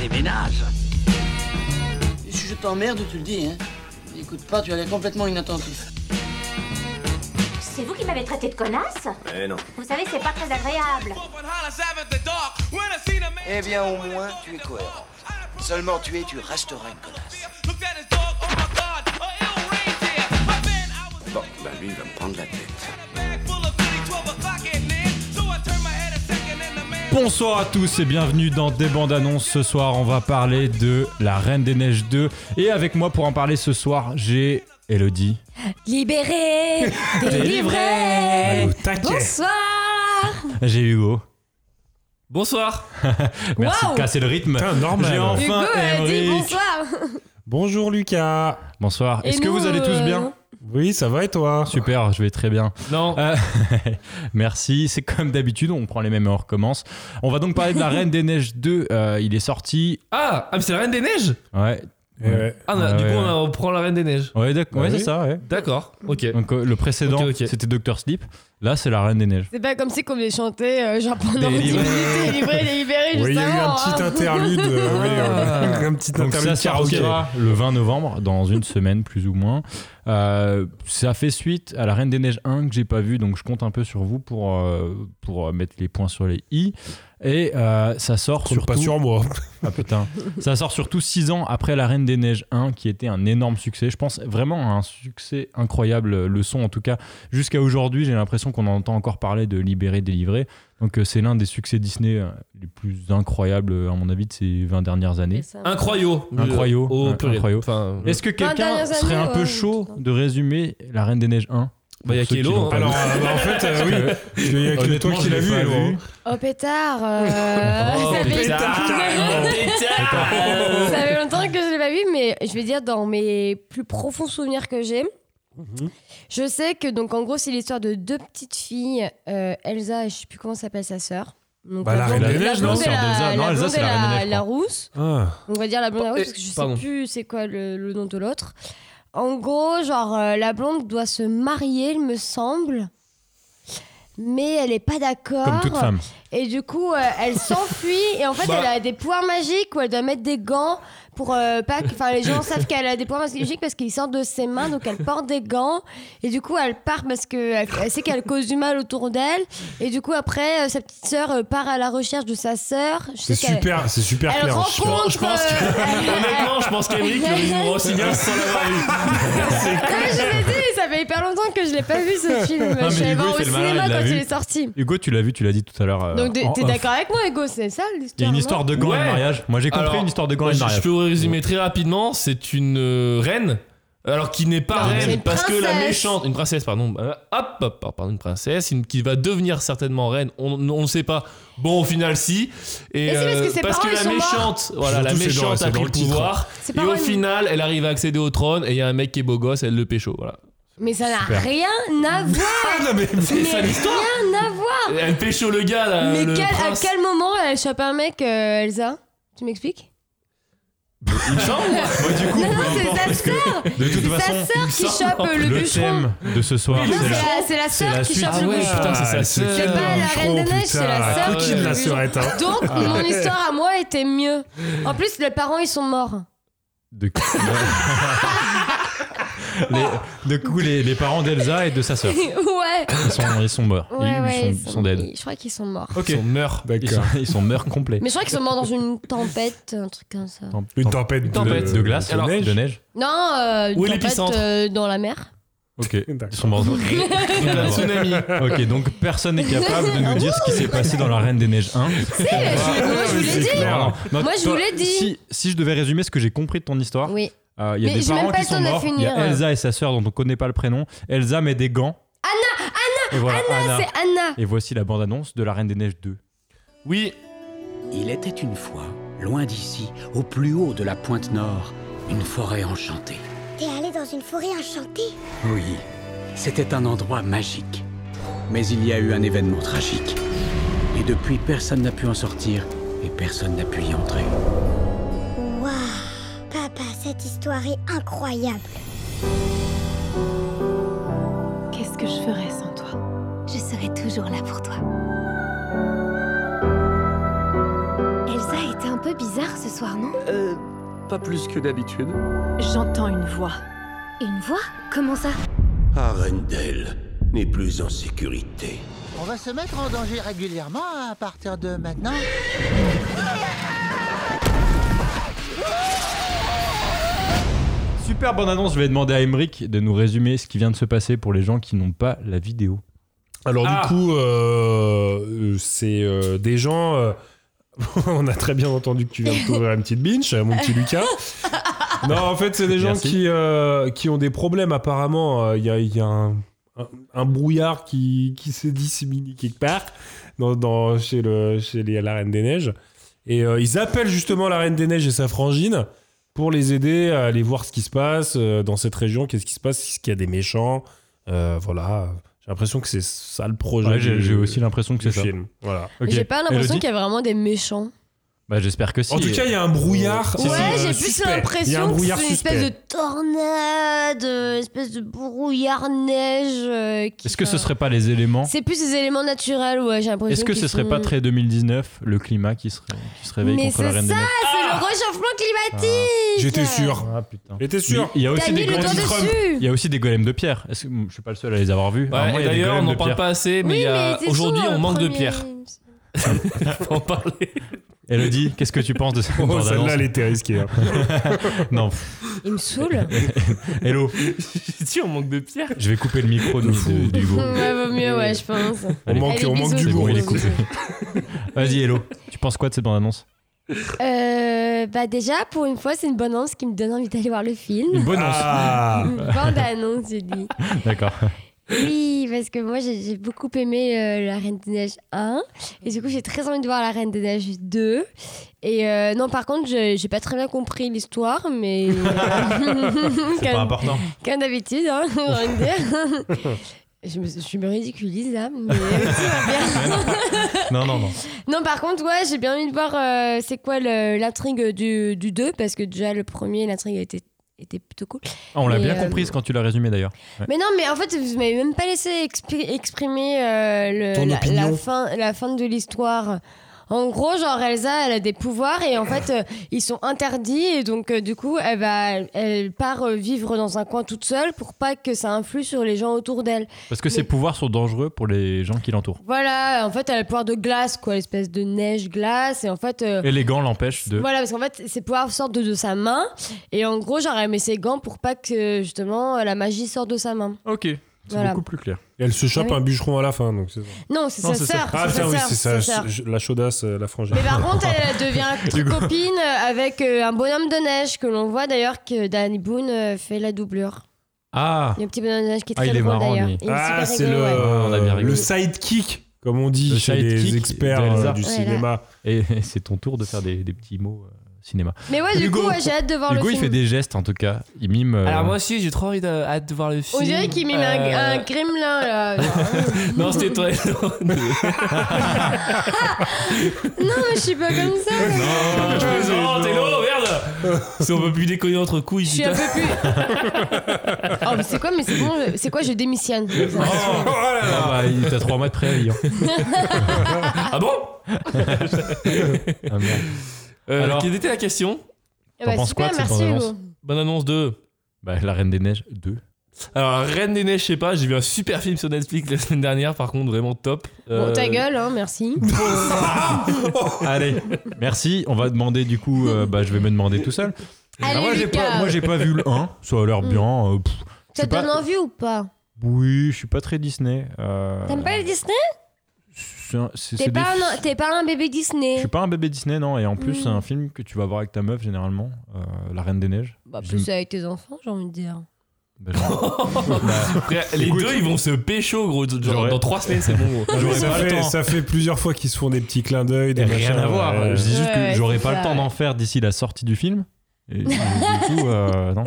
déménage. Si je t'emmerde, tu le dis, hein. N'écoute pas, tu as l'air complètement inattentif. C'est vous qui m'avez traité de connasse Eh non. Vous savez, c'est pas très agréable. Eh bien, au moins, tu es cohérent. Seulement tu es, tu resteras une connasse. Bon, bah lui, il va me prendre la tête. Bonsoir à tous et bienvenue dans Des bandes annonces. Ce soir, on va parler de La Reine des Neiges 2. Et avec moi pour en parler ce soir, j'ai Elodie. Libéré, Oh, délivré. Bonsoir. J'ai Hugo. Oh. Bonsoir Merci Waouh. de casser le rythme. Putain, normal. J'ai Hugo enfin a dit Emeric. bonsoir. Bonjour Lucas. Bonsoir. Et Est-ce que nous, vous allez tous euh, bien Oui, ça va et toi Super, je vais très bien. Non, Euh, Merci, c'est comme d'habitude, on prend les mêmes et on recommence. On va donc parler de La Reine des Neiges 2. Euh, il est sorti. ah, ah mais c'est la Reine des Neiges Ouais, Eh ouais. Ah, non, Ah du ouais, coup, ouais. on prend la Reine des Neiges. ouais, d'accord. Bah ouais, oui. c'est ça, ouais. D'accord, ok. Donc euh, le précédent, Ok, ok. c'était Docteur Sleep. Là, c'est La Reine des Neiges. C'est pas comme si qu'on venait chanter euh, genre pendant 10 Délivré. minutes délivré, délibéré, Oui, il y a eu un justement, petit hein. interlude. euh, oui, euh, un petit Donc ça interlude karaoké. sortira le 20 novembre, dans une semaine plus ou moins. Euh, ça fait suite à La Reine des Neiges 1 que j'ai pas vu, donc je compte un peu sur vous pour, euh, pour euh, mettre les points sur les i. Et euh, ça sort Compte surtout... pas sur moi. Ah putain. ça sort surtout 6 ans après La Reine des Neiges 1, qui était un énorme succès. Je pense vraiment à un succès incroyable. Le son, en tout cas, jusqu'à aujourd'hui, j'ai l'impression qu'on entend encore parler de Libéré, Délivré. Donc euh, c'est l'un des succès Disney euh, les plus incroyables, à mon avis, de ces 20 dernières années. hein. Incroyable. Incroyable. Oh, Ouais, purée. incroyable. Enfin, Est-ce que quelqu'un dernières serait un années, peu ouais, chaud putain. de résumer La Reine des Neiges 1 Bah, y a Pour ceux qui Kélo, l'ont hein. pas vu. Alors, euh, bah, en fait, euh, oui, parce qu'il y a que toi Honnêtement, qui je l'ai l'as vu. pas Hello, vu. hein. Oh pétard. euh, Oh, ça, fait... pétard. ça fait longtemps que je l'ai pas vu, mais je vais dire dans mes plus profonds souvenirs que j'ai. Je sais que donc en gros c'est l'histoire de deux petites filles, euh, Elsa et je sais plus comment s'appelle sa sœur. Donc, Bah, la Reine blonde- des Neiges, non, blonde et sœur d'Elsa. la- Non, la Elsa, blonde c'est et la Reine des la- Neiges, je la crois. rousse. Ah. On va dire la blonde Oh, à rouge et- parce que je pardon. sais plus c'est quoi le, le nom de l'autre. En gros, genre euh, la blonde doit se marier, il me semble. Mais elle est pas d'accord. Comme toute femme. Et du coup, euh, elle s'enfuit et en fait, Bah. elle a des pouvoirs magiques où elle doit mettre des gants pour euh, pas que enfin les gens savent qu'elle a des pouvoirs magiques parce qu'ils sortent de ses mains donc elle porte des gants et du coup, elle part parce que elle, elle sait qu'elle cause du mal autour d'elle et du coup après euh, sa petite sœur euh, part à la recherche de sa sœur. Je sais C'est qu'elle- super, c'est super Elle clair. rencontre. je pense que- euh, Honnêtement, je pense qu'Emeric le vivra aussi bien sans l'avoir vu. Non, mais je l'ai dit, ça fait hyper longtemps que je l'ai pas vu ce film. Ah, mais je suis allée Hugo, voir il au fait le malin, cinéma il l'a quand vu. il est sorti. Hugo, tu l'as vu, tu l'as dit tout à l'heure. euh, Donc t'es en t'es off. d'accord avec moi, Hugo, c'est ça l'histoire Il y a une non histoire de gants et de Ouais. mariage. Moi, j'ai compris Alors, une histoire de gants et je, de je mariage. peux vous résumer très rapidement, c'est une euh, reine. Alors qui n'est pas Non, c'est reine Ah, une parce que la princesse. méchante, une princesse pardon, euh, hop, hop, hop, pardon une princesse, une- qui va devenir certainement reine, on on ne sait pas. Bon au final si. Et, euh, Et c'est parce que ses parents, ils la sont morts. méchante, voilà la Surtout, c'est dans- méchante c'est a dans pris le le titre. pouvoir C'est et pas au une- final elle arrive à accéder au trône et il y a un mec qui est beau gosse, elle le pécho, voilà. Mais ça n'a Super. rien à voir. Ah, non, mais- Mais C'est ça l'histoire. rien à voir. Elle pécho le gars là. Ah. Mais Euh, le quel- à prince. quel moment elle chope un mec, euh, Elsa Tu m'expliques Il me semble. Moi, du coup, Non, non, peu c'est importe, sa parce que sœur. De toute C'est façon, sa sœur qui chope le, le bûcheron. thème de ce soir, Non, c'est c'est la. la- c'est la c'est sœur la qui suite. chope Ah le ouais, bûcheron. putain, c'est sa c'est sœur. C'est pas la Reine des Neiges, c'est la sœur. Coquine qui- la sœurette. hein. Donc mon histoire à moi était mieux. En plus, les parents ils sont morts. De... les, de coup, les, les parents d'Elsa et de sa sœur, ouais. Ouais, ils sont, ils sont morts. Ah. ils, ouais. sont, ils ils sont dead. ils- Je crois qu'ils sont morts. Ils sont meurt. Ils sont, D'accord. ils sont morts complets. Mais je crois qu'ils sont morts dans une tempête, un truc comme ça. Temp- Une temp- tempête, tempête de, de glace, de Alors- neige. de neige. Non, Où euh, est une tempête l'épicentre euh, dans la mer. Ok, ils D'accord. sont morts. Un tsunami. ok, donc personne n'est capable de nous dire ce qui s'est passé dans La Reine des Neiges 1. Si, je- moi je vous l'ai c'est dit. clair. Non, non, Moi, je toi, vous l'ai dit. Si, si je devais résumer ce que j'ai compris de ton histoire, euh, Oui. il y a Mais des j'ai parents même pas qui le sont temps de morts. Il y a finir. hein. Elsa et sa sœur dont on connaît pas le prénom. Elsa met des gants. Anna, Anna, Anna, C'est Anna. Et voici la bande-annonce de La Reine des Neiges 2. Oui, Il était une fois, loin d'ici, au plus haut de la pointe nord, une forêt enchantée. T'es allé dans une forêt enchantée Oui, c'était un endroit magique. Mais il y a eu un événement tragique. Et depuis, personne n'a pu en sortir et personne n'a pu y entrer. Waouh Papa, cette histoire est incroyable Qu'est-ce que je ferais sans toi Je serai toujours là pour toi. Elsa était un peu peu bizarre ce soir, non Euh, pas plus que d'habitude. J'entends une voix. Une voix Comment ça Arendelle n'est plus en sécurité. On va se mettre en danger régulièrement à partir de maintenant. Super bonne annonce, je vais demander à Emeric de nous résumer ce qui vient de se passer pour les gens qui n'ont pas la vidéo. Alors Ah. du coup, euh, euh, c'est euh, des gens. euh, on a très bien entendu que tu viens de t'ouvrir une petite binge, euh, mon petit Lucas. Non, en fait, c'est des gens Merci. qui, euh, qui ont des problèmes apparemment. Euh, Il y a, il y a un, un- un brouillard qui, qui s'est disséminé quelque part dans, dans- chez, le, chez les- la Reine des Neiges. Et euh, ils appellent justement la Reine des Neiges et sa frangine pour les aider à aller voir ce qui se passe euh, dans cette région, qu'est-ce qui se passe, est-ce qu'il y a des méchants. Euh, voilà. J'ai l'impression que c'est ça le projet. Ouais, j'ai- du- j'ai aussi l'impression que du c'est ça. film. Voilà. Mais J'ai pas l'impression qu'il y a vraiment des méchants. Bah, j'espère que si. En tout cas, il y a un brouillard. Si, si. Ouais, j'ai plus suspect. Il y a un l'impression que brouillard c'est une espèce suspect. de tornade, euh, espèce de brouillard neige. euh, qui- Est-ce que ce serait pas les éléments C'est plus des éléments naturels, ouais, j'ai l'impression. Est-ce que qu'ils ce serait sont- pas très 2019 le climat qui se, ré- qui se réveille Mais contre la c'est reine ça, des Neiges Ah, c'est le réchauffement climatique J'étais sûr. Ah putain. J'étais sûr. Il y a T'as aussi mis des le golems doigt dessus. Il y a aussi des golems de pierre. Est-ce que je suis pas le seul à les avoir vus Ouais, Apparemment, et il y a des d'ailleurs, on golems n'en de parle pierre. pas assez, mais il y a- c'est aujourd'hui, souvent on le manque de premier. pierre. Faut en parler. Elodie, qu'est-ce que tu penses de cette Oh, bande celle-là, annonce elle était risquée. hein. Non. pff, Il me saoule. Hello, J'ai dit, on manque de pierre. je vais couper le micro de, de- d'Hugo. ouais, vaut mieux, ouais, je pense. Allez, manque- Allez, on manque bisous, du bourg, bisous, il est bisous. coupé. Vas-y, Hello, tu penses quoi de cette bande annonce Euh, bah déjà, pour une fois, c'est une bonne annonce qui me donne envie d'aller voir le film. Une bonne annonce. Ah Une bande annonce, je dis. D'accord. Oui, parce que moi, j'ai j'ai beaucoup aimé euh, La Reine des Neiges 1. Et du coup, j'ai très envie de voir La Reine des Neiges 2. Et euh, non, par contre, je- j'ai pas très bien compris l'histoire, mais. euh, C'est pas important. Comme d'habitude, hein, j'ai envie de dire. Je me, je me ridiculise là, mais euh, tout va bien. Non, non, non. Non, par contre, ouais, j'ai bien envie de voir euh, c'est quoi le- l'intrigue du, du 2, parce que déjà le premier, l'intrigue était, était plutôt cool. Ah, on l'a Mais, bien euh, comprise quand tu l'as résumé d'ailleurs. Ouais. Mais non, mais en fait, vous m'avez même pas laissé expri- exprimer euh, le- Ton la, opinion. la fin, la fin de l'histoire. En gros, genre Elsa, elle a des pouvoirs et en fait, euh, ils sont interdits et donc euh, du coup, elle va, elle part euh, vivre dans un coin toute seule pour pas que ça influe sur les gens autour d'elle. Parce que ses pouvoirs sont dangereux pour les gens qui l'entourent. Voilà, en fait, elle a le pouvoir de glace, quoi, l'espèce de neige glace et en fait. euh, Et les gants l'empêchent de. Voilà, parce qu'en fait, ses pouvoirs sortent de, de sa main. Et en gros, genre, elle met ses gants pour pas que, justement, la magie sorte de sa main. Ok, c'est Voilà. beaucoup plus clair. Et elle se chope Ah oui. un bûcheron à la fin, donc c'est ça. Non, c'est Non, sa c'est sœur. Ah c'est sa putain, oui, sœur, c'est ça, sa sœur. je- la chaudasse, euh, la frangine. Mais par contre, elle devient Hugo. copine avec euh, un bonhomme de neige que l'on voit d'ailleurs que Danny Boone euh, fait la doublure. Ah Il y a un petit bonhomme de neige qui est Ah, très il est drôle marrant, d'ailleurs. lui. Il est Ah, super c'est rigolo, le, ouais. On a bien rigolé. le sidekick, comme on dit Le chez les sidekick experts d'Elsa. euh, du Voilà. cinéma. Et c'est ton tour de faire des, des petits mots euh, cinéma. Mais ouais, du Hugo. coup, ouais, j'ai hâte de voir Hugo, il le film. fait des gestes en tout cas. Il mime. euh, Alors moi aussi, j'ai trop envie de, hâte de voir le film. On dirait qu'il mime Euh, un, un gremlin là. Non, c'était toi. Oh, non, mais je suis pas comme ça. Non, je Ah, plaisante, hello, Oh, merde Si on peut plus déconner entre couilles, Je suis un peu plus. Oh, mais c'est quoi, mais c'est bon, je- c'est quoi, je démissionne. Oh, Ah bah, il t'a trois mois de préavis. hein. Ah bon Ah, merde. Euh, Alors- Quelle était la question Eh T'en bah, penses super, quoi de cette merci bande-annonce Hugo. Bonne annonce de... Bah, la Reine des Neiges 2. Alors, Reine des Neiges, je sais pas, j'ai vu un super film sur Netflix la semaine dernière, par contre, vraiment top. Bon, Euh, ta gueule, hein, merci. Allez, merci. On va demander du coup. euh, bah, je vais me demander tout seul. Allez, Ah, moi, j'ai Lucas. pas, moi, j'ai pas vu le 1. Ça a Mm. l'air bien. euh, pff, je Ça sais te pas- donne envie ou pas Oui, je suis pas très Disney. euh, T'aimes pas les Disney c'est un- c'est- T'es c'est des pas, fi- un- t'es pas un bébé Disney. Je suis pas un bébé Disney, non. Et en plus, Mm. c'est un film que tu vas voir avec ta meuf généralement, euh, La Reine des Neiges. Bah, J'aime- plus avec tes enfants, j'ai envie de dire. bah, j'aime- Bah, frère, les Écoute. deux, ils vont se pécho, gros. Genre, J'aurais- dans trois semaines, c'est bon, gros. J'aurais ça, pas le fait, temps. ça fait plusieurs fois qu'ils se font des petits clins d'œil, des rien machins, à voir. ouais. euh, Je dis juste Ouais, que j'aurais c'est pas le ça, temps d'en faire d'ici la sortie du film. Et, et du coup, euh, non.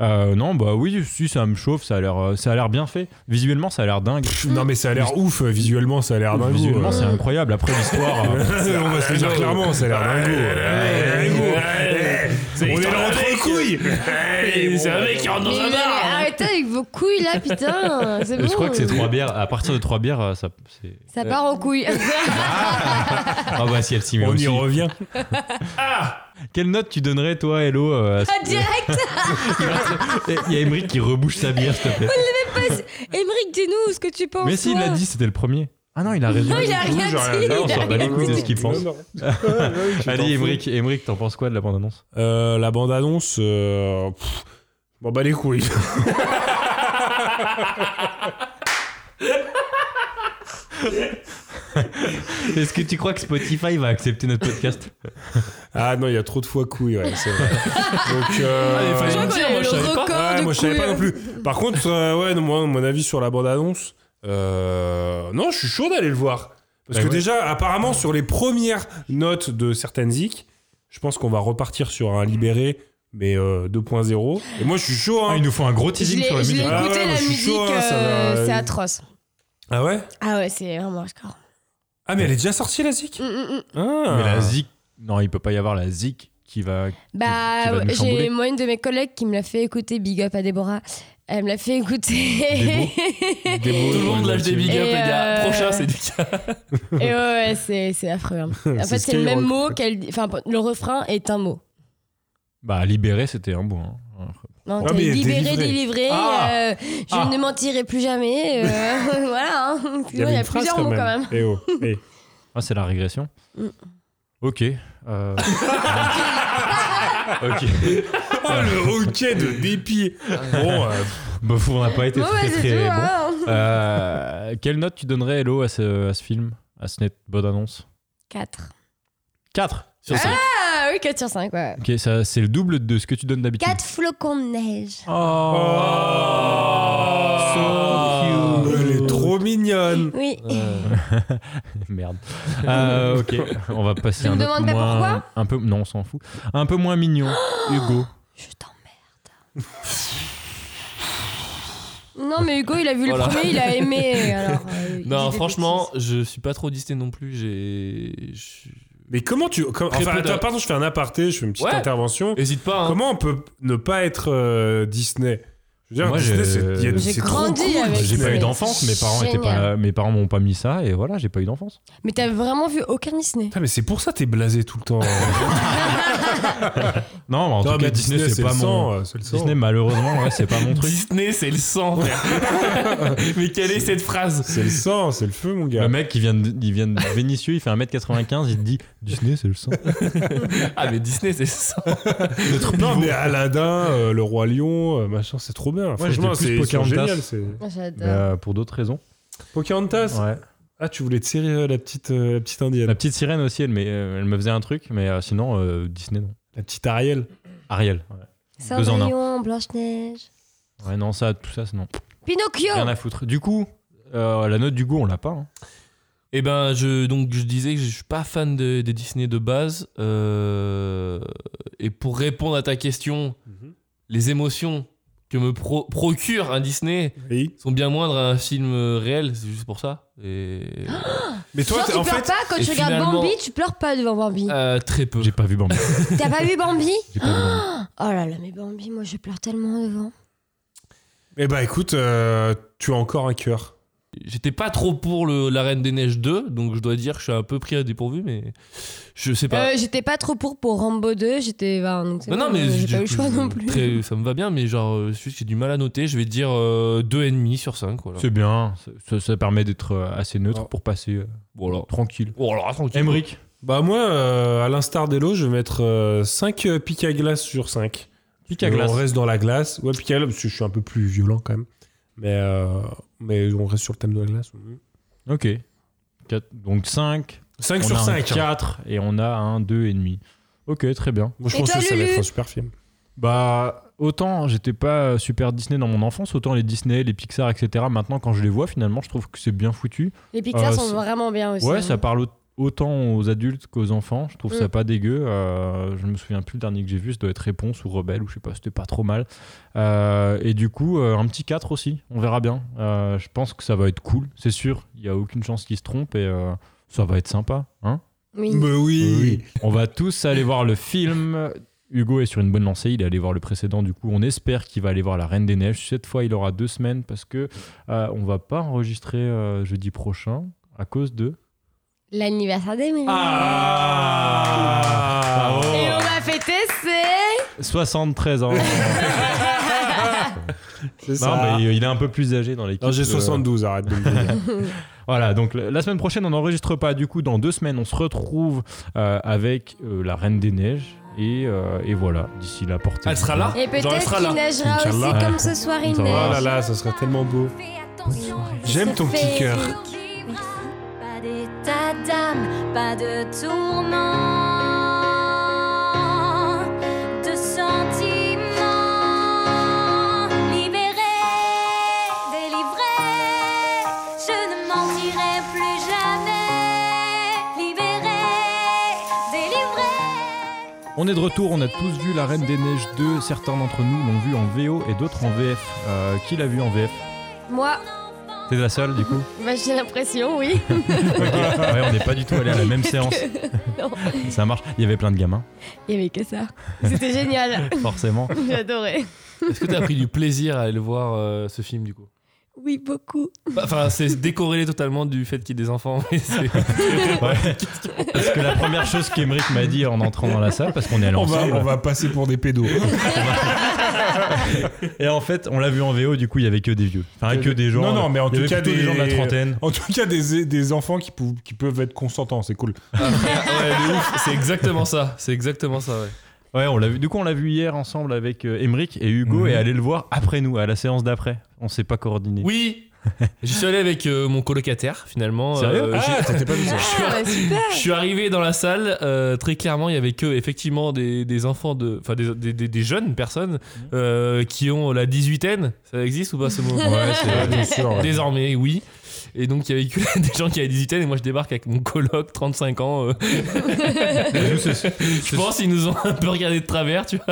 Euh, non, bah oui, si ça me chauffe, ça a l'air, euh, ça a l'air bien fait. Visuellement, ça a l'air dingue. Pff, Non mais ça a l'air ouf, euh, visuellement ça a Ah l'air dingue. Visuellement, c'est incroyable. Après l'histoire, euh, On va se le dire clairement, ça a l'air dingue. On est là entre couilles Eh, C'est un mec qui rentre Mais, dans un mais bar hein. arrêtez avec vos couilles là, putain. C'est bon. je crois que c'est trois bières. À partir de trois bières, euh, ça, c'est Ça part en couille. Ah bah si elle s'y met On y aussi. revient. Quelle note tu donnerais toi, Hello euh, à ce- Ah, direct Il y a Emmerich qui rebouche sa bière, s'il te On plaît. l'avait pas. Émeric, dis-nous ce que tu penses. Mais si, il toi. l'a dit, c'était le premier. Ah non, il a raison. Non, il a rien Oui, j'aurais dit, raison, il on s'en a bat les rien couilles de dit. ce qu'il pense. Non, non. Ah oui, tu t'en Allez, fous. Emmerich, Emmerich, t'en penses quoi de la bande-annonce Euh, la bande-annonce. euh, pff, Bon, bah les couilles. Est-ce que tu crois que Spotify va accepter notre podcast Ah non, il y a trop de fois couilles, ouais, c'est vrai. Donc, Ah, euh, Allez, fallait Je crois me dire, qu'on a moi, eu je le savais pas. record Ouais, de moi, je savais couilles. pas non plus. hein. Par contre, euh, ouais, non, moi, mon avis sur la bande-annonce, euh, non, je suis chaud d'aller le voir. Parce Bah que ouais. déjà, apparemment, sur les premières notes de certaines zik, je pense qu'on va repartir sur un libéré, mais euh, 2.0. Et moi, je suis chaud, hein. Ils nous font un gros Je Ah, teasing l'ai sur la je l'ai musique. Ah écouté, ouais, moi, la je suis musique, chaud, hein, ça euh, va- c'est atroce. Ah ouais Ah ouais, c'est vraiment hardcore. Ah, mais elle est déjà sortie, la zik Mm, mm, mm. Ah. Mais la zik, non, il peut pas y avoir la zik qui va. qui Bah, va nous ouais, chambouler. j'ai moi une de mes collègues qui me l'a fait écouter, Big Up à Déborah. Elle me l'a fait écouter. Tout le monde lâche des big up, les Et, gars. euh, Prochain, c'est du cas. Et ouais, ouais, c'est c'est affreux. hein. En C'est fait, c'est le même Skyrock. mot qu'elle dit. Enfin, le refrain est un mot. Bah, libéré, c'était un bout. hein. Non, Ah, t'es mais libéré, délivré. délivré. Ah. euh, je Ah. ne mentirai plus jamais. euh, voilà. hein. Excuse-moi, Il y, avait a une phrase plusieurs mots quand même. Eh oh, eh. Ah, c'est la régression Mm. Ok. euh, ok. Oh, le hockey de dépit. Bon, euh, Bah, fou, on n'a pas été Ouais, très ouais, c'est très tout, bon. hein. Euh, quelle note tu donnerais, Hello, à ce, à ce film À ce net bonne annonce 4. 4 sur 5. Ah oui, 4 sur 5, ouais. Ok, ça, c'est le double de ce que tu donnes d'habitude. 4 flocons de neige. Oh. Oh. So cute. Oh. elle est trop mignonne. Oui. Merde. Euh, ok, on va passer Tu un me autre demandes pas moins- pourquoi un peu non, on s'en fout. Un peu moins mignon, Hugo. Non, mais Hugo, il a vu le Voilà. premier, il a aimé. Alors, euh, il Non, dit des franchement, je suis pas trop Disney non plus. J'ai. je- Mais comment tu. comme- Très enfin, peu attends, de- pardon, je fais un aparté, je fais une petite Ouais. intervention. Hésite pas. hein. Comment on peut ne pas être euh, Disney Je veux dire, Moi, Disney, j'ai- c'est. il y a- J'ai c'est trop grandi cool, avec J'ai Disney. pas eu d'enfance, mes parents étaient pas, Génial. mes parents m'ont pas mis ça et voilà, j'ai pas eu d'enfance. bêtises. Mais t'as vraiment vu aucun Disney Putain, mais c'est pour ça que t'es blasé tout le temps. Non, mais en Non, tout cas mais Disney, Disney, c'est c'est pas le sang, mon euh, c'est le sang. Disney malheureusement, ouais, c'est pas mon truc. Disney, c'est le sang. frère. Mais quelle est cette phrase c'est le sang, c'est le feu, mon gars. Le mec qui vient de, il vient de Vénissieux, il fait 1m95, il te dit Disney c'est le sang. Ah, mais Disney, c'est le sang. non, mais Aladdin, euh, le roi lion, euh, machin, c'est trop bien. Franchement, j'étais c'est plus ils sont Pocahontas. génial. c'est- Ah, J'adore. Mais, euh, pour d'autres raisons. Pocahontas Ouais. Ah, tu voulais te serrer euh, la petite, euh, la petite indienne. La petite sirène aussi, elle, m'a- elle me faisait un truc, mais euh, sinon euh, Disney non. La petite Ariel. Ariel. ouais. Deux en un. Cendrillon, Blanche-Neige. Ouais, non, ça, tout ça, c'est non. Pinocchio Rien à foutre. Du coup, euh, la note du goût, on l'a pas. hein. Eh ben, je, donc, je disais que je suis pas fan de- des Disney de base. euh, et pour répondre à ta question, les émotions que me pro- procure un Disney Oui. sont bien moindres à un film euh, réel. C'est juste pour ça. Et, Mais toi, Genre, t'es- tu en pleures fait. pas quand et tu regardes finalement- Bambi, tu pleures pas devant Bambi. euh, très peu. J'ai pas vu Bambi. T'as pas vu Bambi J'ai pas vu Bambi. Oh là là, mais Bambi, moi je pleure tellement devant. Eh bah, écoute, euh, tu as encore un cœur. J'étais pas trop pour le, la Reine des Neiges 2, donc je dois dire que je suis un peu pris à dépourvu, mais je sais pas. Euh, j'étais pas trop pour pour Rambo 2, j'étais. enfin, donc c'est Bah. non, non, bon, mais j'ai je- pas eu le je- choix non plus. très- ça me va bien, mais genre, euh, c'est juste que j'ai du mal à noter. Je vais dire euh, 2,5 sur 5. Voilà. C'est bien. Ça, ça permet d'être euh, assez neutre Oh. pour passer euh, Voilà. tranquille. Oh, alors, tranquille. Emmerich, Bah moi, euh, à l'instar d'Elo, je vais mettre 5 pics à glace sur 5. pique à glace. On reste dans la glace. Ouais, pic à glace, parce que je suis un peu plus violent quand même. Mais, euh, mais on reste sur le thème de la glace. Ok. Quatre- donc 5. 5 sur hein. 5. 4 et on a un 2,5. Ok, très bien. Moi, je Et pense toi, que ça va Lulu être un super film. Bah, autant j'étais pas euh, super Disney dans mon enfance, autant les Disney, les Pixar, etc. Maintenant, quand je les vois, finalement, je trouve que c'est bien foutu. Les Pixar Euh, sont c'est- vraiment bien aussi. Ouais, hein. ça parle au- autant aux adultes qu'aux enfants. Je trouve Mm. ça pas dégueu. Euh, je me souviens plus le dernier que j'ai vu. Ça doit être Réponse ou Rebelle ou je sais pas. C'était pas trop mal. Euh, et du coup, euh, un petit 4 aussi. On verra bien. Euh, je pense que ça va être cool. C'est sûr. Il y a aucune chance qu'ils se trompent et euh, ça va être sympa. Hein Oui. oui. On va tous aller voir le film. Hugo est sur une bonne lancée, il est allé voir le précédent, du coup on espère qu'il va aller voir La Reine des Neiges. Cette fois il aura deux semaines parce que euh, on va pas enregistrer euh, jeudi prochain à cause de... L'anniversaire d'Emily. Ah, bravo. Et on va fêter, c'est. 73 ans. C'est Non, ça. mais il est un peu plus âgé dans l'équipe. Non, j'ai euh, 72, arrête de me dire. Voilà, donc le- la semaine prochaine, on n'enregistre pas. Du coup, dans deux semaines, on se retrouve euh, avec euh, la Reine des Neiges. Et, euh, et voilà, d'ici là, portez Elle sera là Et peut-être qu'il neigera Inch'Allah. aussi comme ce soir il Oh neige. là là, ça serait tellement beau. J'aime ton petit cœur. Pas d'état d'âme, pas de tourment, de sentiments. Libéré, délivré, je ne mentirai plus jamais. Libéré, délivré. On est de retour, on a tous vu La Reine des Neiges 2. Certains d'entre nous l'ont vu en VO et d'autres en VF. Euh, qui l'a vu en VF Moi, T'es la seule, du coup Ah bah, j'ai l'impression, oui. Ouais, on n'est pas du tout allé à la même Parce séance. que- non, Ça marche, il y avait plein de gamins, il n'y avait que ça. C'était génial. forcément. J'adorais. Est-ce que t'as pris du plaisir à aller voir euh, ce film du coup Bah, Oui, beaucoup. Enfin, c'est décorrélé totalement du fait qu'il y ait des enfants. mais c'est- Ouais. Parce que la première chose qu'Emeric m'a dit en entrant dans la salle, parce qu'on est allé On va, ensemble, on va passer pour des pédos. et en fait, on l'a vu en VO, du coup, il y avait que des vieux. Enfin, que des gens. euh. Non, non, mais en il y tout cas avait plutôt des euh, gens de la trentaine. En tout cas, des, des enfants qui, pou- qui peuvent être consentants, c'est cool. Ah Ouais, de ouf, c'est exactement ça. C'est exactement ça, ouais. Ouais, on l'a vu. Du coup, on l'a vu hier ensemble avec euh, Emeric et Hugo Mhm. et aller le voir après nous, à la séance d'après. On s'est pas coordonné. Oui J'y suis allé avec euh, mon colocataire finalement. Sérieux Ah, j'ai- t'étais pas venu, ça. je, suis, Ah, super. je suis arrivé dans la salle, euh, très clairement, il y avait que effectivement des, des enfants de. Enfin, des, des- des- des jeunes personnes Mhm. euh, qui ont la dix-huitaine. Ça existe ou pas ce mot Ouais, c'est- Ouais, bien sûr, ouais. Désormais, oui. Et donc, il y avait que des gens qui avaient 18 ans et moi je débarque avec mon coloc, 35 ans. euh. je pense qu'ils nous ont un peu regardé de travers, tu vois.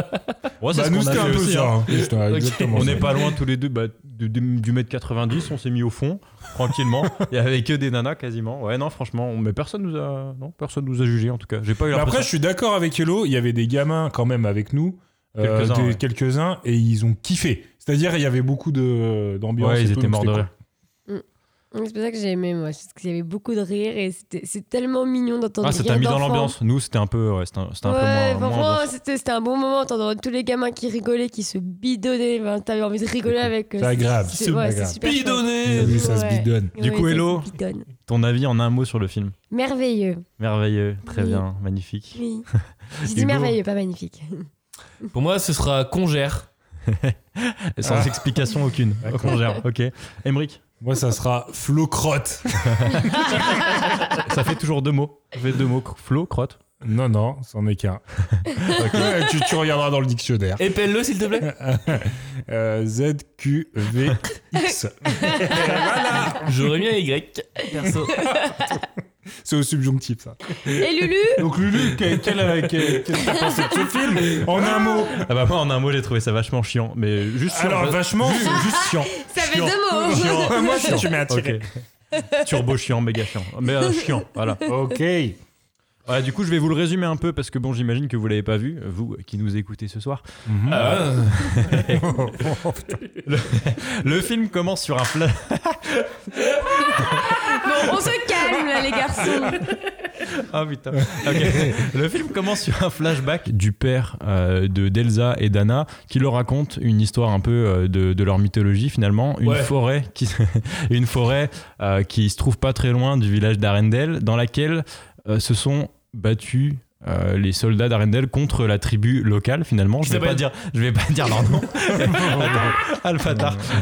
Ouais, c'est Bah, ce nous, qu'on a c'était fait un peu aussi, ça, hein. hein. C'était Ok. exactement On ça. n'est pas loin tous les deux bah, de- de- du mètre 90, on s'est mis au fond, tranquillement. Il y avait que des nanas quasiment. Ouais, non, franchement, on- mais personne nous a, non, personne nous a jugé en tout cas. J'ai pas eu Mais l'impression. après, je suis d'accord avec Hello, il y avait des gamins quand même avec nous, euh, des- Quelques-uns, quelques-uns, ouais. et ils ont kiffé. C'est-à-dire, il y avait beaucoup de- d'ambiance. Ouais, ils et tout, étaient donc morts de c'était rire. Mm. C'est pour ça que j'ai aimé, moi. c'est Parce qu'il y avait beaucoup de rire et c'était- c'est tellement mignon d'entendre Ah, ça rire t'a mis dans d'enfants. l'ambiance. Nous, c'était un peu, ouais, c'était un, c'était un Ouais, euh, peu moins- moins. franchement, ambiance. c'était c'était un bon moment. Entendre tous les gamins qui rigolaient, qui se bidonnaient. Ben, T'avais envie de rigoler avec eux. C'est agréable, C'est c'est ouais, c'est agréable. super. Bidonner chouette. Oui, ça se Ouais. bidonne. Du Ouais, coup, ça se Hello, bidonne. ton avis en un mot sur le film Merveilleux. Merveilleux, très Oui. bien, magnifique. Oui. J'ai dit Hugo. merveilleux, pas magnifique. Pour moi, ce sera congère. Sans Ah. explication aucune. On gère, ok. Emric Moi, ça sera Flo Crotte. ça fait toujours deux mots. Ça fait deux mots. Flo, crotte. Non, non, c'en est qu'un. Ok. tu, tu regarderas dans le dictionnaire. Euh, Épelle-le, s'il te plaît. ZQVX. J'aurais mis un Y, perso. C'est au subjonctif, ça. Et Lulu Donc, Lulu, que- quel- quel- qu'est-ce que t'as pensé de ce film En un mot. Ah bah moi en un mot j'ai trouvé ça vachement chiant mais juste chiant, Ah, Alors, va- vachement, juste, juste chiant. Ça fait Chiant. deux mots. hein. Chiant. Moi, Chiant. tu m'as attiré. Ok. Turbo chiant, méga chiant. Mais euh, chiant, voilà. Ok. Ouais, du coup, je vais vous le résumer un peu parce que bon, j'imagine que vous l'avez pas vu, vous qui nous écoutez ce soir. Mhm. Euh, Ah. le, le film commence sur un flash. Bon, on se calme là, les garçons. Ah putain. Ok. Le film commence sur un flashback du père euh, de d'Elsa et d'Anna qui leur raconte une histoire un peu euh, de, de leur mythologie finalement, une Ouais. forêt qui une forêt euh, qui se trouve pas très loin du village d'Arendelle dans laquelle euh, se sont battus euh, les soldats d'Arendelle contre la tribu locale finalement je Qui vais pas s'appelle- dire je vais pas dire leur nom Alpha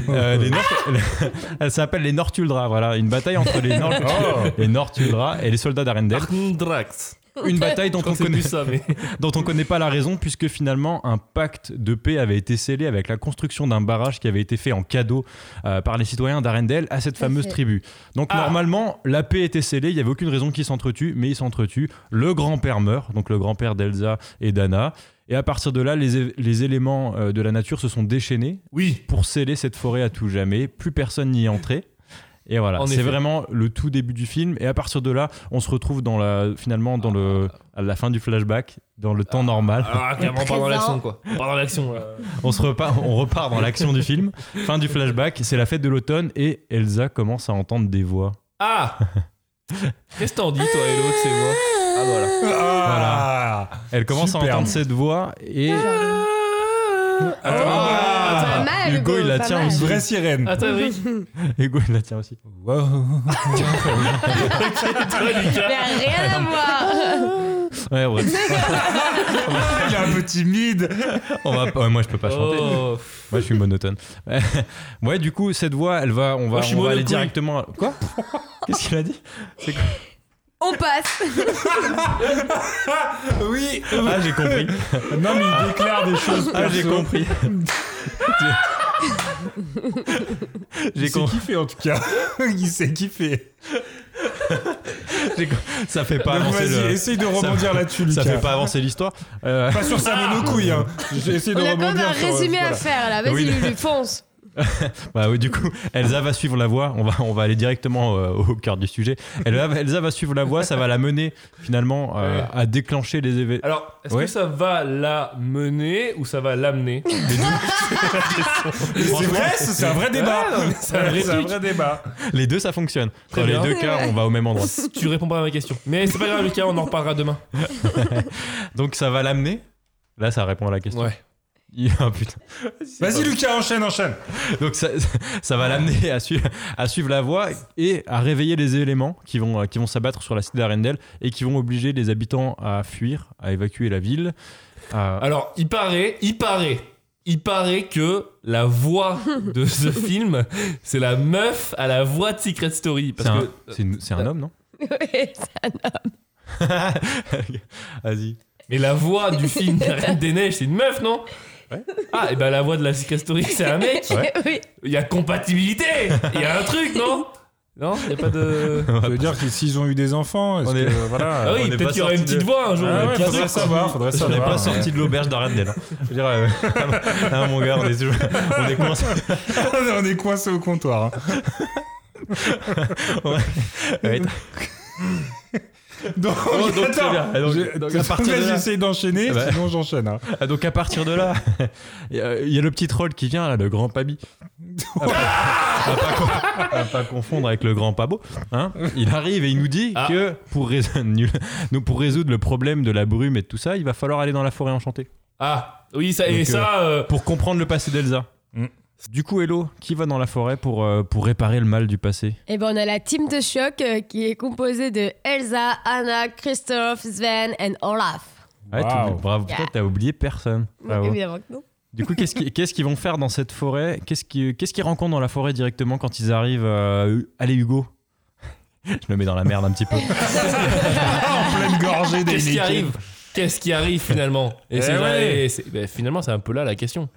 euh, les Nor- elle s'appelle les Nortuldra voilà une bataille entre les, Nor- Oh. les Nortuldra et les soldats d'Arendelle Drax. une bataille dont Je crois on que c'est connaît plus ça, mais- dont on connaît pas la raison puisque finalement un pacte de paix avait été scellé avec la construction d'un barrage qui avait été fait en cadeau euh, par les citoyens d'Arendelle à cette Tout à fameuse fait. tribu. Donc Ah. normalement la paix était scellée, il y avait aucune raison qu'ils s'entretuent, mais ils s'entretuent. Le grand-père meurt, donc le grand-père d'Elsa et d'Anna. Et à partir de là, les, é- les éléments euh, de la nature se sont déchaînés pour sceller cette forêt à tout jamais. Plus personne n'y est entré. Et voilà, En c'est effet. vraiment le tout début du film. Et à partir de là, on se retrouve dans la, finalement dans le, à la fin du flashback, dans le temps normal. Ah, clairement, pas dans l'action, quoi. Pas dans l'action. là. On, se repart, on repart dans l'action du film. Fin du flashback, c'est la fête de l'automne et Elsa commence à entendre des voix. Ah Qu'est-ce que t'en dis, toi et l'autre, c'est moi Ah, voilà. Ah, Voilà. Elle commence à Superbe. entendre cette voix et. Ah. Pas Attends. mal, Hugo, il la pas tient mal. aussi. Ah, Attends, Eric. Hugo, il la tient aussi. Mais rien à voir. Ouais, bref. Il est un peu timide. On va pas- ouais, moi je peux pas chanter. Oh. Moi je suis monotone. ouais, du coup cette voix, elle va, on va, Moi, je suis on va aller monocouille. directement. à- Quoi Qu'est-ce qu'il a dit C'est quoi On passe. oui. Ah j'ai compris. Non, mais il déclare des choses. Ah j'ai perso. compris. J'ai Il s'est compris. kiffé en tout cas. il s'est kiffé. J'ai com- Ça fait pas Donc, avancer. vas-y, le- essaye de ça- rebondir là-dessus, Ça Lucas. fait pas avancer l'histoire. Euh, Pas sur ça, mais nos couilles. Hein. J'ai essayé de On a quand rebondir même un sur, euh, résumé à voilà. faire là. Vas-y, Oui. Lulu, fonce. Bah oui, du coup, Elsa va suivre la voie. On va, on va aller directement euh, au cœur du sujet. Elle va- Elsa va suivre la voie. Ça va la mener finalement euh, Ouais. à déclencher les événements. Alors, est-ce Ouais. que ça va la mener ou ça va l'amener C'est vrai, c'est c'est un vrai débat. Ouais, non, mais c'est un vrai truc. débat. les deux, ça fonctionne. Très Dans les bien. deux cas, on va au même endroit. Tu réponds pas à ma question. Mais c'est pas grave, Lucas, on en reparlera demain. Donc ça va l'amener. Là, ça répond à la question. Ouais. Il- Ah, putain. Vas-y, Lucas, enchaîne, enchaîne. Donc ça, ça va l'amener à suivre, à suivre la voie et à réveiller les éléments qui vont, euh, qui vont s'abattre sur la cité d'Arendelle et qui vont obliger les habitants à fuir, à évacuer la ville. Euh, à- Alors, il paraît, il paraît, il paraît que la voix de ce film, c'est la meuf à la voix de Secret Story. C'est Parce un, que. c'est une- c'est un homme, non Ouais, ça- Vas-y. Mais la voix du film La Reine des Neiges, c'est une meuf, non Ah, et ben la voix de la Secret Story, c'est un mec. Oui. Il y a compatibilité. Il y a un truc, non Non, il y a pas de. Ça veut dire que s'ils ont eu des enfants, est-ce On est- que, euh, voilà. Ah oui, On est peut-être pas qu'il y aura une sorti petite de- voix un jour. Ah mais ouais, qu'un faudrait truc. savoir, faudrait On n'est savoir. pas sorti de l'auberge d'Arendelle. hein. Je veux dire, euh, ah, mon gars, on est, toujours- on est coincé. On est coincé au comptoir. hein. Ouais. Ouais. Donc, Oh, donc, très bien. attends, Ah, donc, je- donc, à partir de vas-y, là- essaye d'enchaîner, Ah bah. sinon j'enchaîne. hein. Ah, donc à partir de là, il y, a- il y a le petit troll qui vient, là, le grand Pabi. À pas, à pas con- à pas confondre avec le grand Pabo. hein. Il arrive et il nous dit Ah. que pour, rés- nul. nous, pour résoudre le problème de la brume et de tout ça, il va falloir aller dans la forêt enchantée. Ah, oui, ça, et Donc, ça. euh, Pour comprendre le passé d'Elsa. Mm. Du coup, Hello, qui va dans la forêt pour, euh, pour réparer le mal du passé Et ben on a la team de choc euh, qui est composée de Elsa, Anna, Christophe, Sven et Olaf. Ouais, t'oublies- Wow. Bravo, toi, Yeah. t'as oublié personne. Ah Bravo. Évidemment que non. Du coup, qu'est-ce qui- qu'est-ce qu'ils vont faire dans cette forêt Qu'est-ce qui- qu'est-ce qu'ils rencontrent dans la forêt directement quand ils arrivent à- Allez, Hugo Je me mets dans la merde un petit peu. Ah, En pleine gorgée des Qu'est-ce qui niqués. arrive Qu'est-ce qui arrive finalement Et Eh c'est vrai, ouais. et c'est- ben, finalement, c'est un peu là la question.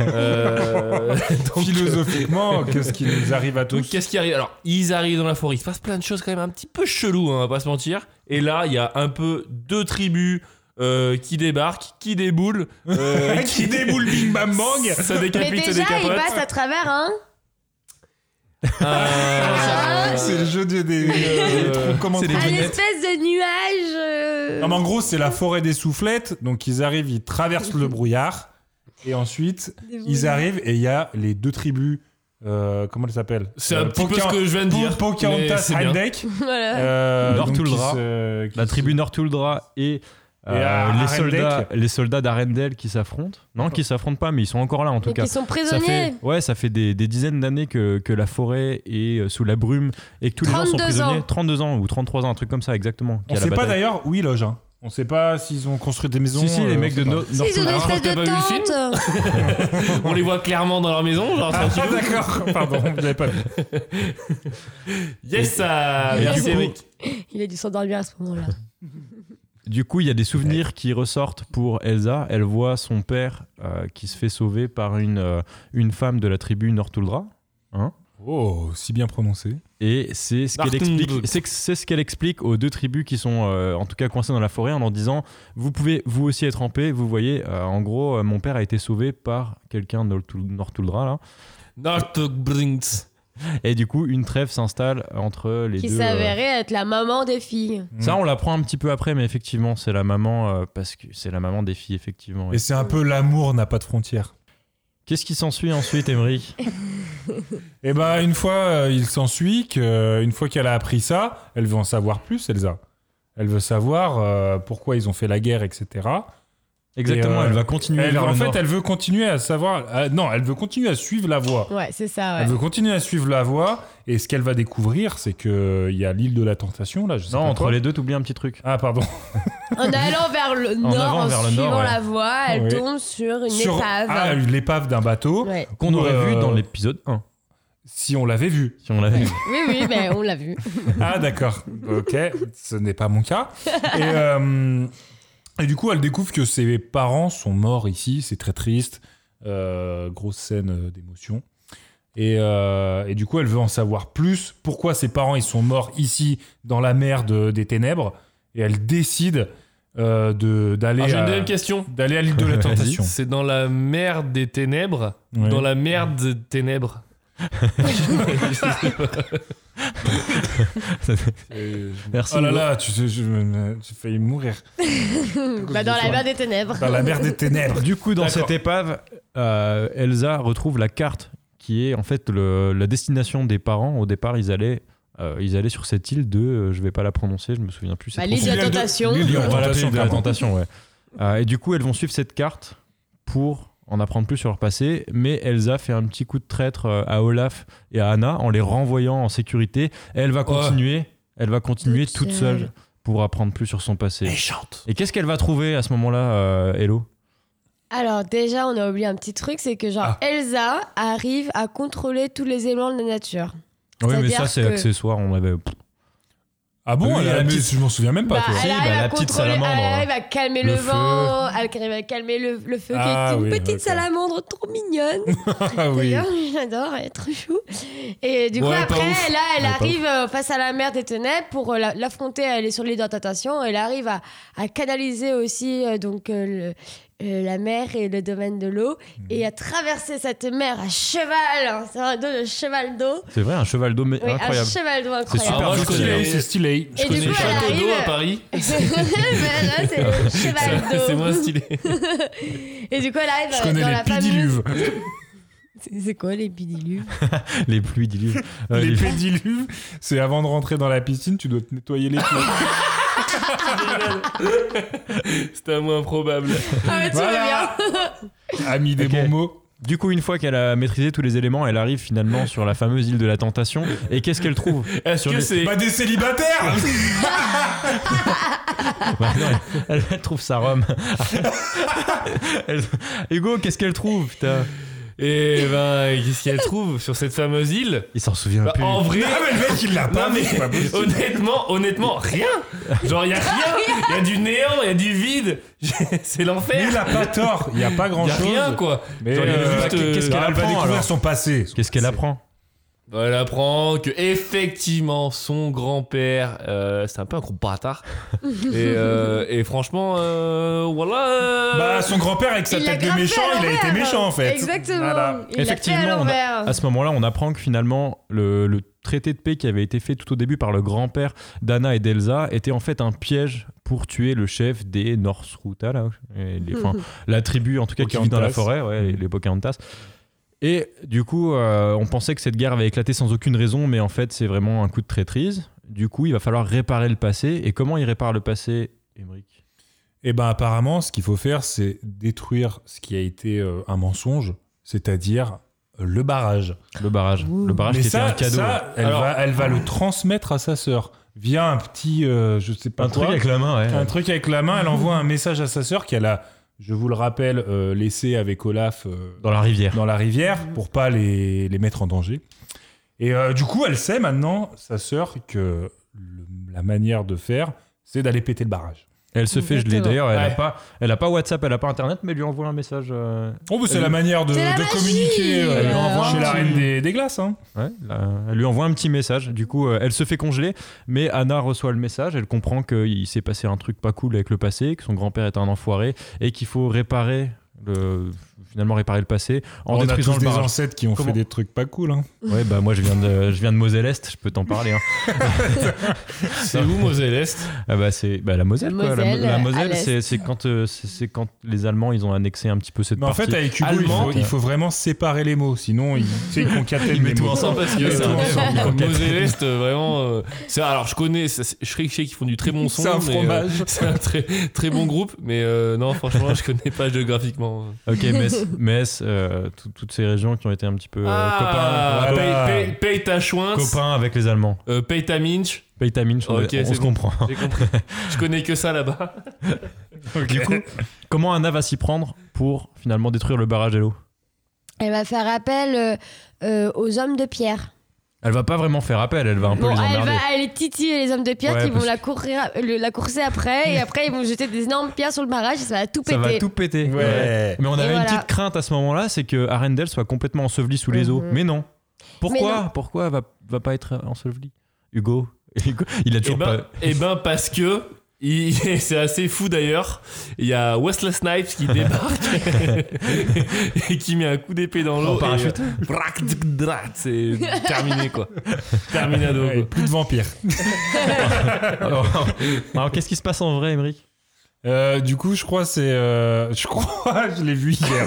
Euh, donc, Philosophiquement, qu'est-ce qui nous arrive à donc, tous qu'est-ce qui arrive Alors, ils arrivent dans la forêt. Il se passe plein de choses quand même un petit peu chelou, hein, on va pas se mentir. Et là, il y a un peu deux tribus euh, qui débarquent, qui déboulent, euh, Qui déboule bing bam bang Ça Mais décapite, ça déjà, il décapote. passe à travers, hein Euh, Ah, C'est le jeu des. des- euh, trucs, comment C'est des on dit Un lunettes. espèce de nuage. euh, Non, mais en gros, c'est la forêt des soufflettes. Donc, ils arrivent, ils traversent le brouillard. Et ensuite, Des ils brouillards. arrivent et il y a les deux tribus. euh, comment elles s'appellent C'est Euh, un petit peu Poca- ce que je viens de Po- dire, mais Pocahontas c'est bien. Heimdall. Voilà. Euh, donc, qui Northuldra. se- euh, qui La se- tribu Northuldra et, euh, Et à les Arendelle. soldats, les soldats d'Arendelle qui s'affrontent. Non, qui s'affrontent pas, mais ils sont encore là en tout Donc cas. ils sont Ça fait, prisonniers. ouais, ça fait des, des dizaines d'années que, que la forêt est euh, sous la brume et que tous les gens sont 32 prisonniers. ans. 32 ans ou 33 ans, un truc comme ça exactement. On qu'il y a sait la pas bataille. d'ailleurs où ils logent. hein. On sait pas s'ils ont construit des maisons. Si, si, euh, les on mecs sait de pas. no- Si, Ils Northuldra. ont une Alors, espèce t'as de pas vu le film tente. on les voit clairement dans leur maison, genre Ah, tranquillou. d'accord. Pardon, vous avez pas vu. Yes, ça. Et du Merci, coup- Eric. Il a dû s'endormir à ce moment-là. Du coup, il y a des souvenirs qui ressortent pour Elsa. Elle voit son père euh, qui se fait sauver par une, euh, une femme de la tribu Northuldra. Hein Oh, si bien prononcé. et c'est ce qu'elle Northuldra. explique, c'est, c'est ce qu'elle explique aux deux tribus qui sont euh, en tout cas coincées dans la forêt en leur disant Vous pouvez vous aussi être en paix. Vous voyez, euh, en gros, euh, mon père a été sauvé par quelqu'un de Northul- Northuldra. Là. Northumbrinks. Et du coup, une trêve s'installe entre les Qui deux. euh, s'avérait être la maman des filles. Ça, on l'apprend un petit peu après, mais effectivement, c'est la maman, euh, parce que c'est la maman des filles, effectivement. Et Et c'est un peu l'amour n'a pas de frontières. Qu'est-ce qui s'ensuit ensuite, Émeric Et bah, une fois, euh, il s'ensuit qu'une fois qu'elle a appris ça, elle veut en savoir plus, Elsa. Elle veut savoir euh, pourquoi ils ont fait la guerre, etc. Exactement, euh, elle va continuer elle- vers en le fait, nord. elle veut continuer à savoir. euh, non, elle veut continuer à suivre la voie. Ouais, c'est ça, Elle veut ouais. continuer à suivre la voie. Et ce qu'elle va découvrir, c'est qu'il y a l'île de la tentation, là. Je sais Non, pas entre quoi. les deux, t'oublies un petit truc. Ah, pardon. En allant vers le En nord, avant, en vers le suivant nord, ouais. la voie, elle Oui. tombe sur une Sur- épave. Ah, une- l'épave d'un bateau Ouais. Qu'on Ou, aurait vu euh, dans l'épisode 1. Si on l'avait vu. Si on l'avait vu. Oui, oui, ben, on l'a vu. Ah d'accord, ok, ce n'est pas mon cas. Et, euh, et du coup, elle découvre que ses parents sont morts ici, c'est très triste, Euh, grosse scène euh, d'émotion. Et, euh, et du coup, elle veut en savoir plus, pourquoi ses parents ils sont morts ici, dans la mer de- des ténèbres, et elle décide euh, de- d'aller Alors, j'ai une à- deuxième question. d'aller à euh, l'île de la tentation. C'est dans la mer des ténèbres. Ouais. Dans la merde des ténèbres. Merci. Oh là là, tu, tu- je- j'ai failli mourir. bah, dans la mer des ténèbres. Du coup, dans D'accord. cette épave, euh, Elsa retrouve la carte qui est en fait le- la destination des parents. Au départ, ils allaient, euh, ils allaient sur cette île de, euh, je vais pas la prononcer, je me souviens plus. c'est Bah, trop l'île de la compliqué. tentation. L'île de la L'île de la tentation, tentation, l'île de la clairement. tentation, ouais. Euh, et du coup, elles vont suivre cette carte pour en apprendre plus sur leur passé, mais Elsa fait un petit coup de traître euh, à Olaf et à Anna en les renvoyant en sécurité. Elle va Oh. continuer, elle va continuer Toute toute seule. seule pour apprendre plus sur son passé. Et qu'est-ce qu'elle va trouver à ce moment-là, euh, Hello Alors déjà, on a oublié un petit truc, c'est que Ah. genre Elsa arrive à contrôler tous les éléments de la nature. Oui, mais C'est-à-dire ça, c'est que- accessoire. On avait. Ah bon, elle a la petite- je m'en souviens même Ah Bah, elle arrive à la petite contrôler- salamandre. hein. Elle arrive à calmer le, Le vent, elle arrive à calmer le, le feu, Ah qui est une oui, petite ok. salamandre trop mignonne. Ah oui. D'ailleurs, j'adore, elle est trop chou. Et du coup, Ouais, pas après, ouf. là, elle Ouais, pas arrive ouf. euh, face à la mer des ténèbres pour euh, la- l'affronter. Elle est sur l'île d'orientation. Elle arrive à, à canaliser aussi euh, donc, euh, le- euh, la mer et le domaine de l'eau et à traverser cette mer à cheval. hein. C'est un dos de cheval d'eau. C'est vrai, un cheval d'eau mais Oui, un incroyable. cheval d'eau C'est incroyable. super Ah, moi, je connais. stylé. C'est stylé. Et du coup, elle arrive. d'eau à Paris. Ben, là, c'est le cheval d'eau. C'est moins stylé. Et du coup, elle arrive Je euh, connais dans les la fameuse. pédiluves. C'est- C'est quoi les pédiluves Les pluies diluves. Ah Euh, les les- pédiluves, c'est avant de rentrer dans la piscine, tu dois te nettoyer les pieds. C'était un mot improbable. Ah, mais tu Voilà. Ami des bons mots. Du coup, une fois qu'elle a maîtrisé tous les éléments, elle arrive finalement sur la fameuse île de la tentation. Et qu'est-ce qu'elle trouve Est-ce Sur que les- c'est- Pas Bah, des célibataires Bah non, elle- elle, elle trouve sa Rome. Elle- Hugo, qu'est-ce qu'elle trouve putain Et ben, qu'est-ce qu'elle trouve sur cette fameuse île Il s'en souvient Bah, plus. En vrai, Ah, Non, mais le mec, il l'a pas Non, vu, mais c'est pas possible. honnêtement, honnêtement, rien. Genre, il y a rien. Il y a du néant, il y a du vide. C'est l'enfer. Mais il a pas tort, il y a pas grand-chose. Il y a rien quoi. Mais Genre, il y a euh, juste, euh, qu'est-ce qu'elle apprend alors passé. Qu'est-ce qu'elle apprend Bah, Elle apprend que effectivement son grand-père, euh, c'est un peu un gros bâtard. et, euh, et franchement, euh, voilà. euh, Bah, son grand-père avec sa Il tête l'a de grappé méchant, à il a été l'envers. hein. méchant en fait. Exactement. Il l'a Effectivement, fait à on a- Ah. l'envers. à ce moment-là, on apprend que finalement, le, le traité de paix qui avait été fait tout au début par le grand-père d'Anna et d'Elsa était en fait un piège pour tuer le chef des Northruta, là, et les- enfin, la tribu en tout cas qui vit dans la Pocahontas. forêt, ouais, Mm. les- les Pocahontas. Et du coup, euh, on pensait que cette guerre avait éclaté sans aucune raison, mais en fait, c'est vraiment un coup de traîtrise. Du coup, il va falloir réparer le passé. Et comment il répare le passé, Émeric Et ben apparemment, ce qu'il faut faire, c'est détruire ce qui a été euh, un mensonge, c'est-à-dire euh, le barrage. Le barrage. Le barrage Mais qui ça, était un cadeau. ça, elle, Alors- va, elle va le transmettre à sa sœur via un petit, euh, je sais pas Un quoi. truc avec la main, ouais. Un truc avec la main. Elle envoie un message à sa sœur qu'elle a, je vous le rappelle, euh, laissé avec Olaf euh, dans la rivière, dans la rivière, pour pas les, les mettre en danger. Et euh, du coup, elle sait maintenant sa sœur que le- la manière de faire, c'est d'aller péter le barrage. Elle se fait geler. D'ailleurs, elle n'a Ouais. pas, elle a pas WhatsApp, elle n'a pas Internet, mais elle lui envoie un message. euh, Oh, bah, c'est elle- la manière de, de communiquer euh, Elle lui envoie chez un la petit- reine des, des glaces. hein. Ouais, là, euh, elle lui envoie un petit message. Du coup, euh, elle se fait congeler, mais Anna reçoit le message. Elle comprend qu'il s'est passé un truc pas cool avec le passé, que son grand-père est un enfoiré et qu'il faut réparer le. finalement réparer le passé en On a détruisant tous le des barrage. ancêtres qui ont fait Comment des trucs pas cool. Hein. Ouais, bah moi je viens de, je viens de Moselle-Est, je peux t'en parler. hein. C'est où Moselle-Est ah bah c'est bah, la Moselle, quoi. La- Moselle, La, à Moselle, l'est. c'est c'est quand, euh, c'est- c'est quand les Allemands ils ont annexé un petit peu cette Mais en partie. fait, avec Hugo, il faut, allemande. il faut vraiment séparer les mots, sinon ils, tu sais, ils concatènent Il met les tout mots. ensemble parce Ils que mettent c'est tout un ensemble. Moselle-Est, euh, vraiment. euh, c'est- alors, je connais, ça, c'est- je sais que je sais qu'ils font du très bon son. C'est un mais, euh, fromage. c'est un très, très bon groupe, mais euh, non, franchement, je connais pas géographiquement. Euh, Ok, Metz, Metz euh, tout- toutes ces régions qui ont été un petit peu euh, Ah, copains, paye- copains- paye- paye ta chouince. copains avec les Allemands. Bah, Euh, paye ta minch. Paye ta mine, on, Ok, on c'est se bon. comprend. J'ai compris. Je connais que ça là-bas. Du coup, comment Anna va s'y prendre pour finalement détruire le barrage à l'eau Elle va faire appel euh, euh, aux hommes de pierre. Elle va pas vraiment faire appel, elle va un peu Bon, les elle emmerder. va aller titiller les hommes de pierre Ouais, qui vont parce la, courir, le- la courser après et après ils vont jeter des énormes pierres sur le barrage et ça va tout péter. Ça va tout péter. Ouais. Mais on Et avait une voilà. petite crainte à ce moment-là, c'est que Arendelle soit complètement ensevelie sous les eaux. Mhm. Mais non. Pourquoi Mais non. Pourquoi elle va, va pas être ensevelie Hugo, Hugo, il a Eh toujours ben, pas. eh ben parce que il- c'est assez fou d'ailleurs. Il y a Wesley Snipes qui débarque et qui met un coup d'épée dans l'eau. En parachute. et, euh, brac, dc, drac, C'est terminé quoi. Terminado. Ouais, Euh, plus de vampires. alors, alors, qu'est-ce qui se passe en vrai, Émeric Euh, du coup, je crois c'est, euh, je crois, je l'ai vu hier.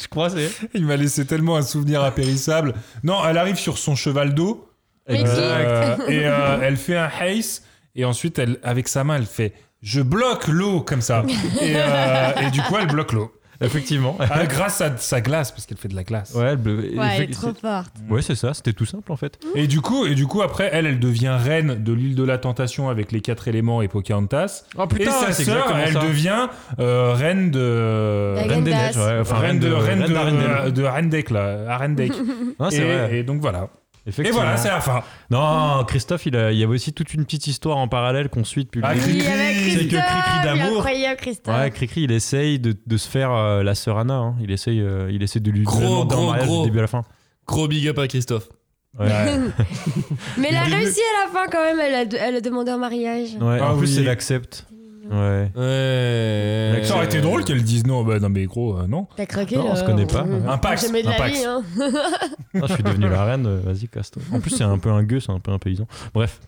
je crois c'est. Il m'a laissé tellement un souvenir impérissable. Non, elle arrive sur son cheval d'eau. Mais qui et euh, elle fait un hace et ensuite elle, avec sa main, elle fait, je bloque l'eau comme ça. et, euh, et du coup, elle bloque l'eau. Effectivement. Ah, grâce à sa glace, parce qu'elle fait de la glace. Ouais, elle bleu- Ouais, elle effect- est trop forte. Ouais, c'est ça, c'était tout simple en fait. Et du coup, et du coup, après, elle, elle devient reine de l'île de la Tentation avec les quatre éléments et Pocahontas. Oh, putain, et sa c'est sœur, exactement elle ça. devient euh, reine de La Reine des Neiges, d'As. ouais, enfin, reine de reine reine de- de reine d'Arendelle. de Arendelle, là, Arendelle. Non, c'est et, vrai. et donc voilà. Et Effectivement. voilà, c'est la fin. Non, Christophe, il, a- il y avait aussi toute une petite histoire en parallèle qu'on suit depuis le Ah, début. Cricri. Il y avait C'est que Christophe, Cricri il est d'amour. incroyable Christophe. Ouais, Cricri, il essaye de, de se faire euh, la sœur Anna. hein. Il, essaye, euh, il essaye de lui Gros, de la demander en gros, mariage gros. du début à la fin. Gros big up à Christophe. Ouais. Ouais. Mais elle a Au début- réussi à la fin quand même, elle a, de- elle a demandé en mariage. en Ah plus, oui. elle accepte. Ouais. Ouais. Ça aurait été drôle qu'elle dise non, bah non mais gros, euh, non. T'as craqué Non, on là. se connaît pas. Un pax, Jamais de un la pax. vie. Hein. Ah, je suis devenu la reine, euh, vas-y, casse-toi. En plus, c'est un peu un gueux, c'est un peu un paysan. Bref.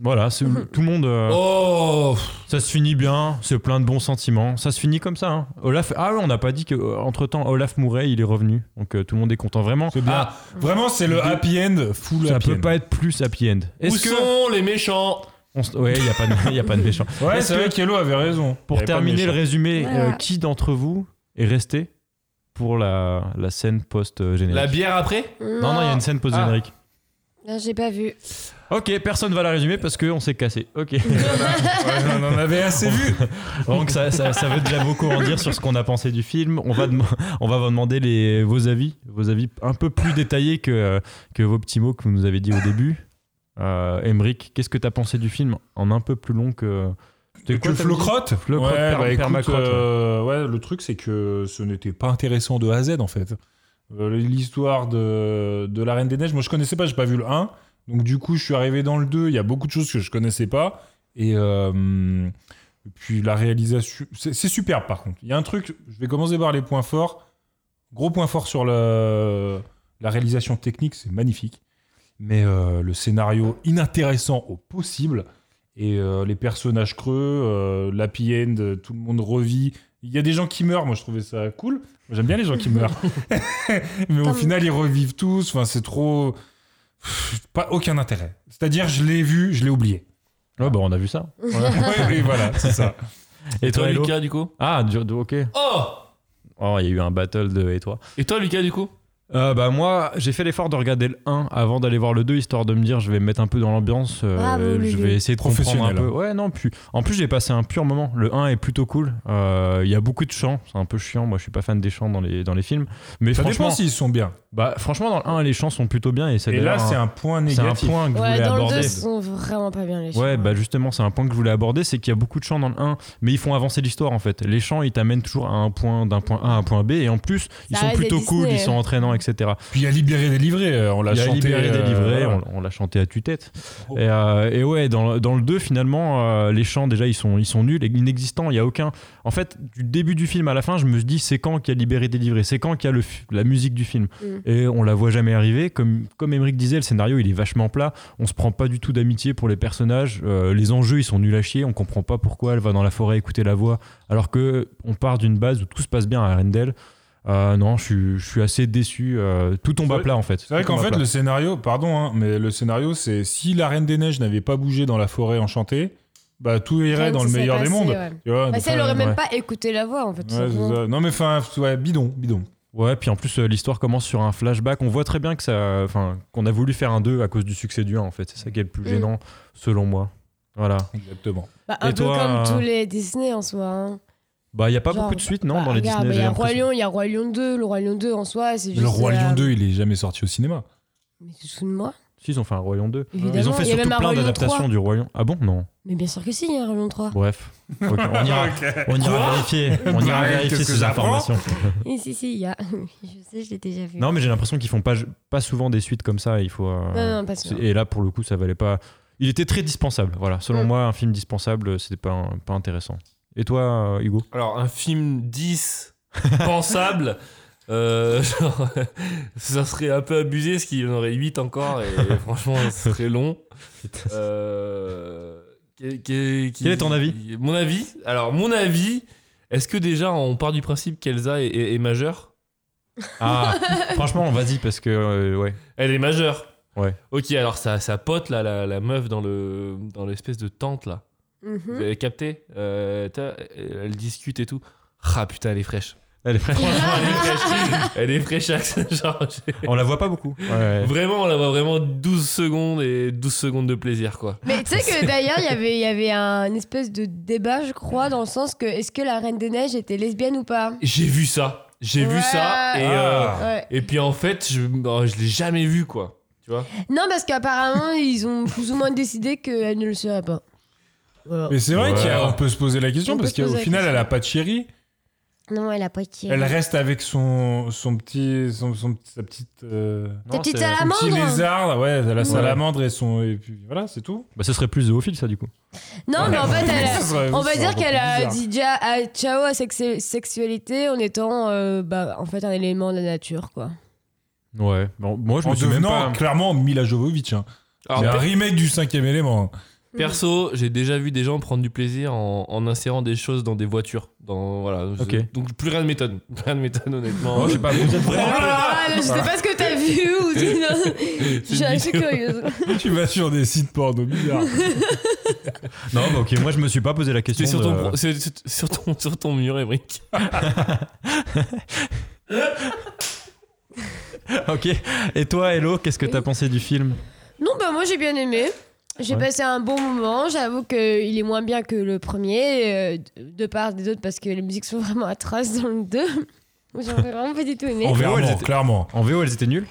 Voilà, c'est- tout le monde. euh, Oh Ça se finit bien, c'est plein de bons sentiments. Ça se finit comme ça. hein. Olaf. Ah ouais, on n'a pas dit que euh, entre temps Olaf mourait, il est revenu. Donc euh, tout le monde est content. Vraiment. C'est bien. Ah, Vraiment, c'est le happy end, full ça happy peut end. pas être plus happy end. Où Est-ce que sont les méchants on se- ouais, il y a pas de, il y a pas de méchant. Ouais, Est-ce c'est que- vrai qu'Elo avait raison. Il y Pour avait pas de terminer méchant. le résumé, Voilà. euh, qui d'entre vous est resté pour la, la scène La post-générique bière après Non, non, il y a une scène post-générique. Non, j'ai pas vu. Ah. Ok, personne va la résumer parce qu'on s'est cassé. Ok. Ouais, on en avait assez vu. Donc ça, ça, ça veut déjà beaucoup en dire sur ce qu'on a pensé du film. On va, dem- on va vous demander les, vos avis, vos avis un peu plus détaillés que, euh, que vos petits mots que vous nous avez dit au début. Euh, Emric, qu'est-ce que t'as pensé du film en un peu plus long que... c'était Que quoi, le t'as dit flocrotte Flocrotte, ouais, per- bah, écoute, permacrotte, ouais. euh, ouais, le truc, c'est que ce n'était pas intéressant de A à Z, en fait. Euh, L'histoire de, de la Reine des Neiges, moi, je connaissais pas, j'ai pas vu le 1. Donc, du coup, je suis arrivé dans le 2. Il y a beaucoup de choses que je connaissais pas. Et, euh, et puis, la réalisation. C'est c'est superbe, par contre. Il y a un truc, je vais commencer par les points forts. Gros point fort sur la, la réalisation technique, c'est magnifique. Mais euh, le scénario inintéressant au possible et euh, les personnages creux, euh, l'happy end, euh, tout le monde revit. Il y a des gens qui meurent, moi je trouvais ça cool. Moi, J'aime bien les gens qui meurent. Mais au Comme- final, ils revivent tous. Enfin, c'est trop. Pff, Pas aucun intérêt. C'est-à-dire, je l'ai vu, je l'ai oublié. Ouais, bah on a vu ça. Voilà, Ouais, et voilà c'est ça. Et Et toi, toi, Hello Lucas, du coup Ah, du- du- ok. Oh Oh, il y a eu un battle de... Et toi Et toi, Lucas, du coup Euh, bah moi, j'ai fait l'effort de regarder le 1 avant d'aller voir le 2, histoire de me dire je vais me mettre un peu dans l'ambiance, euh, Bravo, Lulu. je vais essayer de comprendre un Professionnel. peu. Ouais, non, puis en plus j'ai passé un pur moment. Le 1 est plutôt cool. Euh, Il y a beaucoup de chants, c'est un peu chiant. Moi, je suis pas fan des chants dans les dans les films, mais Ça franchement, dépend s'ils sont bien. bah franchement dans le 1 les chants sont plutôt bien et ça. Et d'ailleurs, là, c'est un point c'est un négatif. point que je Ouais, voulais dans le 2, aborder. ils sont vraiment pas bien les Ouais, chiens. bah justement, c'est un point que je voulais aborder, c'est qu'il y a beaucoup de chants dans le 1, mais ils font avancer l'histoire en fait. Les chants, ils t'amènent toujours à un point, d'un point A à un point B, et en plus, ils Ça sont reste des plutôt cool, Disney, ils sont hein. entraînants, etc. Puis il y a Libéré Délivré, euh, on l'a Il y a chanté. Libéré euh, Délivré, voilà. on, on l'a chanté à tue-tête. Oh. Et, euh, et ouais, dans, le- dans le 2, finalement, euh, les chants, déjà, ils sont, ils sont nuls, inexistants, il n'y a aucun. En fait, du début du film à la fin, je me dis, c'est quand qu'il y a Libéré Délivré C'est quand qu'il y a le fi- la musique du film Mm. Et on la voit jamais arriver. Comme, comme Emmerich disait, le scénario, il est vachement plat. On se prend pas du tout d'amitié pour les personnages. Euh, les enjeux, ils sont nuls à chier. On comprend pas pourquoi elle va dans la forêt écouter la voix, alors que on part d'une base où tout se passe bien à Arendelle. Euh, non, je suis- je suis assez déçu. Euh, tout tombe à plat, en fait. C'est vrai Tout qu'en tombe à fait, plat. le scénario, pardon, hein, mais le scénario, c'est si la Reine des Neiges n'avait pas bougé dans la forêt enchantée, bah tout irait Rien dans ne le se serait meilleur des passé, mondes. ouais. Ah, Tu vois, Bah, donc, ça, elle aurait euh, même ouais. pas écouté la voix en fait. tout Ouais, simplement. c'est ça. Non, mais enfin, ouais, bidon, bidon. Ouais, puis en plus, euh, l'histoire commence sur un flashback. On voit très bien que ça, enfin, qu'on a voulu faire un 2 à cause du succès du 1, en fait. C'est ça qui est le plus Mm. gênant, selon moi. Voilà. Exactement. Bah, un Et peu toi, comme euh, tous les Disney en soi. hein. Bah, il n'y a pas Genre, beaucoup de suites, non, bah, dans les regarde, Disney. bah, Il y j'ai a Roi l'impression. Lion, il y a Roi Lion 2. Le Roi Lion 2 en soi, c'est juste. Le Roi euh, Lion 2, il est jamais sorti au cinéma. Mais tu te souviens de moi Si, ils ont fait un Roi Lion 2. Ils Évidemment, ont fait il y a surtout même un Roi plein Lion d'adaptations 3. du Roi Lion. Ah bon Non. Mais bien sûr que si, il y a un Roi Lion 3. Bref. Ok, on ira, Ok. on ira Quoi vérifier, on ira Bah, vérifier qu'est-ce que ces j'apprends informations. Et si, si, il y a. je sais, je l'ai déjà vu. non, mais j'ai l'impression qu'ils font pas, pas souvent des suites comme ça. Il faut. euh, Non, non, pas c'est- souvent. Et là, pour le coup, ça valait pas. Il était très dispensable. Voilà. Mm. Selon moi, un film dispensable, c'était pas, un- pas intéressant. Et toi, euh, Hugo Alors, un film 10 pensable, euh, genre, ça serait un peu abusé parce qu'il y en aurait 8 encore et franchement, ce serait long. Euh, qu'est- qu'est- qui- Quel est ton avis Mon avis Alors, mon avis, est-ce que déjà on part du principe qu'Elsa est, est- est majeure Ah, franchement, vas-y, parce que. euh, ouais. Elle est majeure Ouais. Ok, alors sa, sa pote, là, la, la meuf dans le dans l'espèce de tente, là. Mhm. Vous avez capté Euh, t'as- Elle discute et tout. Ah putain, elle est fraîche. Elle est fraîche. Franchement, elle est fraîche. Elle est fraîche. Axe. Genre, j'ai- On la voit pas beaucoup. Ouais. Vraiment, on la voit vraiment 12 secondes et 12 secondes de plaisir, quoi. Mais tu sais C'est- que d'ailleurs, il y avait- il y avait un une espèce de débat, je crois, dans le sens que est-ce que la Reine des Neiges était lesbienne ou pas J'ai vu ça. J'ai Ouais. vu ça. Et, Ah. euh, Ouais. et puis en fait, je, oh, je l'ai jamais vu, quoi. Tu vois Non, parce qu'apparemment, ils ont plus ou moins décidé qu'elle ne le serait pas. Mais c'est vrai Ouais. qu'on peut se poser la question Oh. On peut parce se qu'au poser la final, question. elle a pas de chérie. Non, elle a pas été. euh, Elle reste avec son, son petit. Son, son- sa petite. euh, Ta petite son salamandre. petit lézard, ouais, elle a la Ouais. salamandre et son. Et puis voilà, c'est tout. Bah, ce serait plus zoophile, ça, du coup. Non, mais en fait, elle a- Ça serait- ça on va serait dire encore plus qu'elle a bizarre. dit déjà à- ciao à sexu- sexualité en étant euh, bah, en fait un élément de la nature, quoi. Ouais. Bon, moi, je en me suis même devenant pas. clairement Mila Jovovich. Hein. Alors, C'est un peut- remake du cinquième élément. hein. Perso, j'ai déjà vu des gens prendre du plaisir en, en insérant des choses dans des voitures. Dans, voilà. Ok. Donc plus rien ne m'étonne. Plus rien ne m'étonne, honnêtement. Oh, je sais pas, vous êtes vraiment- Ah, je sais pas ce que t'as vu ou C'est Je suis une assez vidéo. curieuse. tu vas sur des sites porno bizarres. Non, bah, ok, moi, je me suis pas posé la question. C'était sur, ton de- pro- c'est- c'est- sur, ton, sur ton mur, Emric. Ok. Et toi, Hello, qu'est-ce que t'as pensé du film Non, bah moi j'ai bien aimé. J'ai Ouais. passé un bon moment. J'avoue qu'il est moins bien que le premier, euh, de de part des autres, parce que les musiques sont vraiment atroces dans le 2. J'en ai vraiment pas du tout aimé. En VO, Clairement, elles étaient- clairement. En VO, elles étaient nulles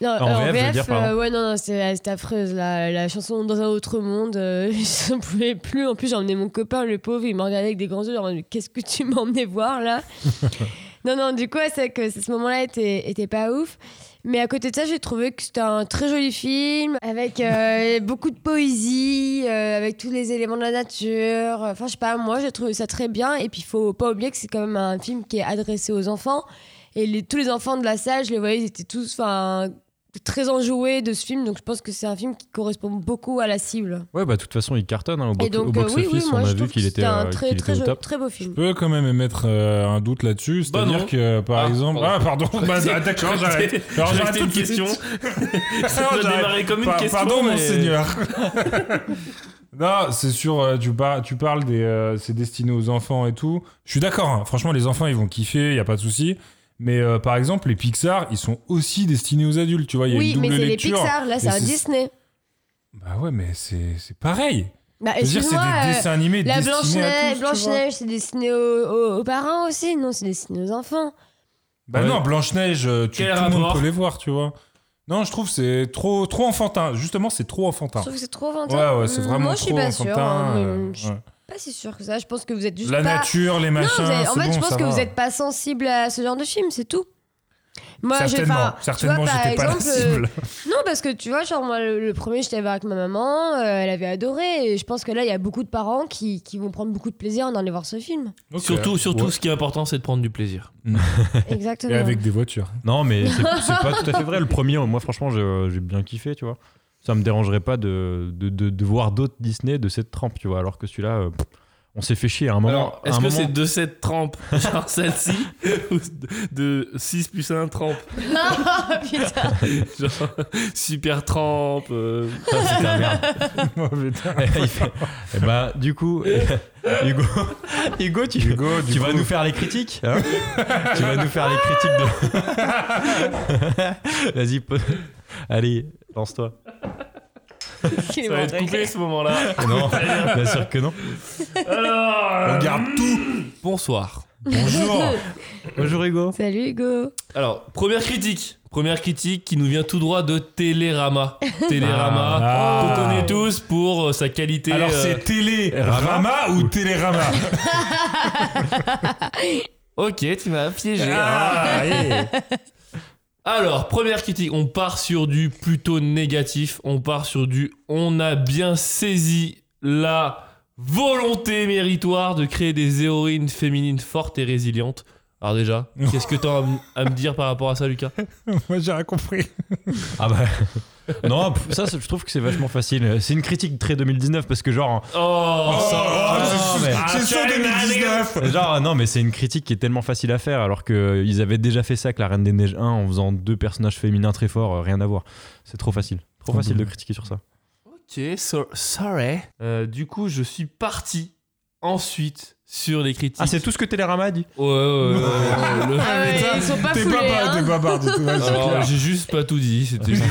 Non, Ah, En euh, en VF, je veux VF, dire, pardon. euh, ouais, non, non, c'est c'est affreuse. La, la chanson Dans un autre monde, euh, j'en pouvais plus. En plus, j'ai emmené mon copain, le pauvre, il m'a regardé avec des grands yeux, genre, mais qu'est-ce que tu m'as emmené voir là Non, non, du coup, ouais, c'est que ce moment-là était, était pas ouf. Mais à côté de ça, j'ai trouvé que c'était un très joli film, avec euh, beaucoup de poésie, euh, avec tous les éléments de la nature. Enfin, je sais pas, moi, j'ai trouvé ça très bien. Et puis, faut pas oublier que c'est quand même un film qui est adressé aux enfants. Et les- tous les enfants de la salle, je les voyais, ils étaient tous enfin, très enjoués de ce film. Donc, je pense que c'est un film qui correspond beaucoup à la cible. Ouais, bah, de toute façon, il cartonne hein, au, box- Et donc, au euh, box-office. oui, oui, moi, on je a trouve vu que qu'il c'était était, un euh, très, qu'il très, était au joli- top. très beau film. Je peux quand même émettre euh, un doute là-dessus, Bah c'est-à-dire non. que par Ah, exemple, pardon. ah pardon, bah, d'accord, j'arrête. Alors, J'ai j'arrête raté tout une de suite. question. Ça Non, doit j'arrête. démarrer comme une Pa- question, Pardon, mais- monseigneur. non, c'est sûr, euh, tu, par- tu parles des. euh, c'est destiné aux enfants et tout. Je suis d'accord, hein. franchement, les enfants, ils vont kiffer, il n'y a pas de souci. Mais euh, par exemple, les Pixar, ils sont aussi destinés aux adultes, tu vois. Il y a Oui, une mais double c'est les lecture. Pixar, là, Et c'est un Disney. Bah ouais, mais c'est c'est pareil. Bah, Je veux dire, c'est excuse-moi, des euh, dessins animés La destinés à tous, Blanche-Neige, tu Blanche-Neige, c'est destiné aux, aux- aux parents aussi. Non, c'est destiné aux enfants. Bah Ouais. non, Blanche-Neige, euh, tu- tout Quel le monde rapport peut les voir, tu vois. Non, je trouve que c'est trop, trop enfantin. Justement, c'est trop enfantin. Je trouve que c'est trop enfantin. Ouais, ouais, c'est Mmh, vraiment moi, je suis trop pas sûre, enfantin. hein, mais euh, je- ouais. Pas si sûr que ça. Je pense que vous êtes juste La pas- nature, les Non, machins, vous êtes- En c'est fait, je bon, pense ça que va. vous n'êtes pas sensible à ce genre de film, c'est tout. Moi, j'ai Certainement. pas- Certainement, tu vois, par j'étais pas la exemple, euh, cible. non, parce que tu vois, genre, moi, le, le premier, j'étais avec ma maman, euh, elle avait adoré, et je pense que là, il y a beaucoup de parents qui, qui vont prendre beaucoup de plaisir en allant voir ce film. Surtout, surtout Ouais. ce qui est important, c'est de prendre du plaisir. Exactement. des voitures. Non, mais c'est c'est pas tout à fait vrai. Le premier, euh, moi, franchement, j'ai j'ai bien kiffé, tu vois. Ça me dérangerait pas de, de, de- de voir d'autres Disney de cette trempe, tu vois. Alors que celui-là, euh, pff, on s'est fait chier à un moment. Alors, à est-ce un que moment- c'est de cette trempe, genre celle-ci, ou de 6 plus 1 trempe Ah, putain. Genre, super trempe. euh, Ah, c'était la merde. Il fait- Eh ben, du coup, Hugo, Hugo, tu, tu vas nous faire les critiques. hein tu vas nous faire les critiques de. Vas-y, po- allez, lance-toi. Ça va être coupé ce moment-là. Non, bien sûr que non. Alors, On garde tout. Bonsoir. Bonjour Hugo. Salut Hugo. Alors, première critique. Première critique qui nous vient tout droit de Télérama. Télérama, Ah. qu'on connaît tous pour euh, sa qualité. Alors, euh, c'est Télérama ou Télérama Ok, tu m'as piégé. Ah, yeah. Alors, première critique, on part sur du plutôt négatif, on part sur du on a bien saisi la volonté méritoire de créer des héroïnes féminines fortes et résilientes. Alors déjà, qu'est-ce que t'as à m- à me dire par rapport à ça, Lucas Moi, j'ai rien compris. Ah bah. Non, pff, ça, c'est- je trouve que c'est vachement facile. C'est une critique très 2019 parce que, genre. Oh, non, mais- Ah, c'est sur 2019 Genre, non, mais c'est une critique qui est tellement facile à faire alors qu'ils avaient déjà fait ça avec la Reine des Neiges 1 en faisant deux personnages féminins très forts, euh, rien à voir. C'est trop facile. Trop Trop facile bon. de critiquer sur ça. Ok, so- sorry. Euh, du coup, je suis parti ensuite sur les critiques. Ah, c'est tout ce que Télérama a dit Ouais, ouais, ouais, ouais, ouais, le- Ah ouais, ils sont pas T'es foulés, pas- hein. t'es pas barre de tout, Oh, ouais, c'est Alors, clair. j'ai juste pas tout dit, c'était juste-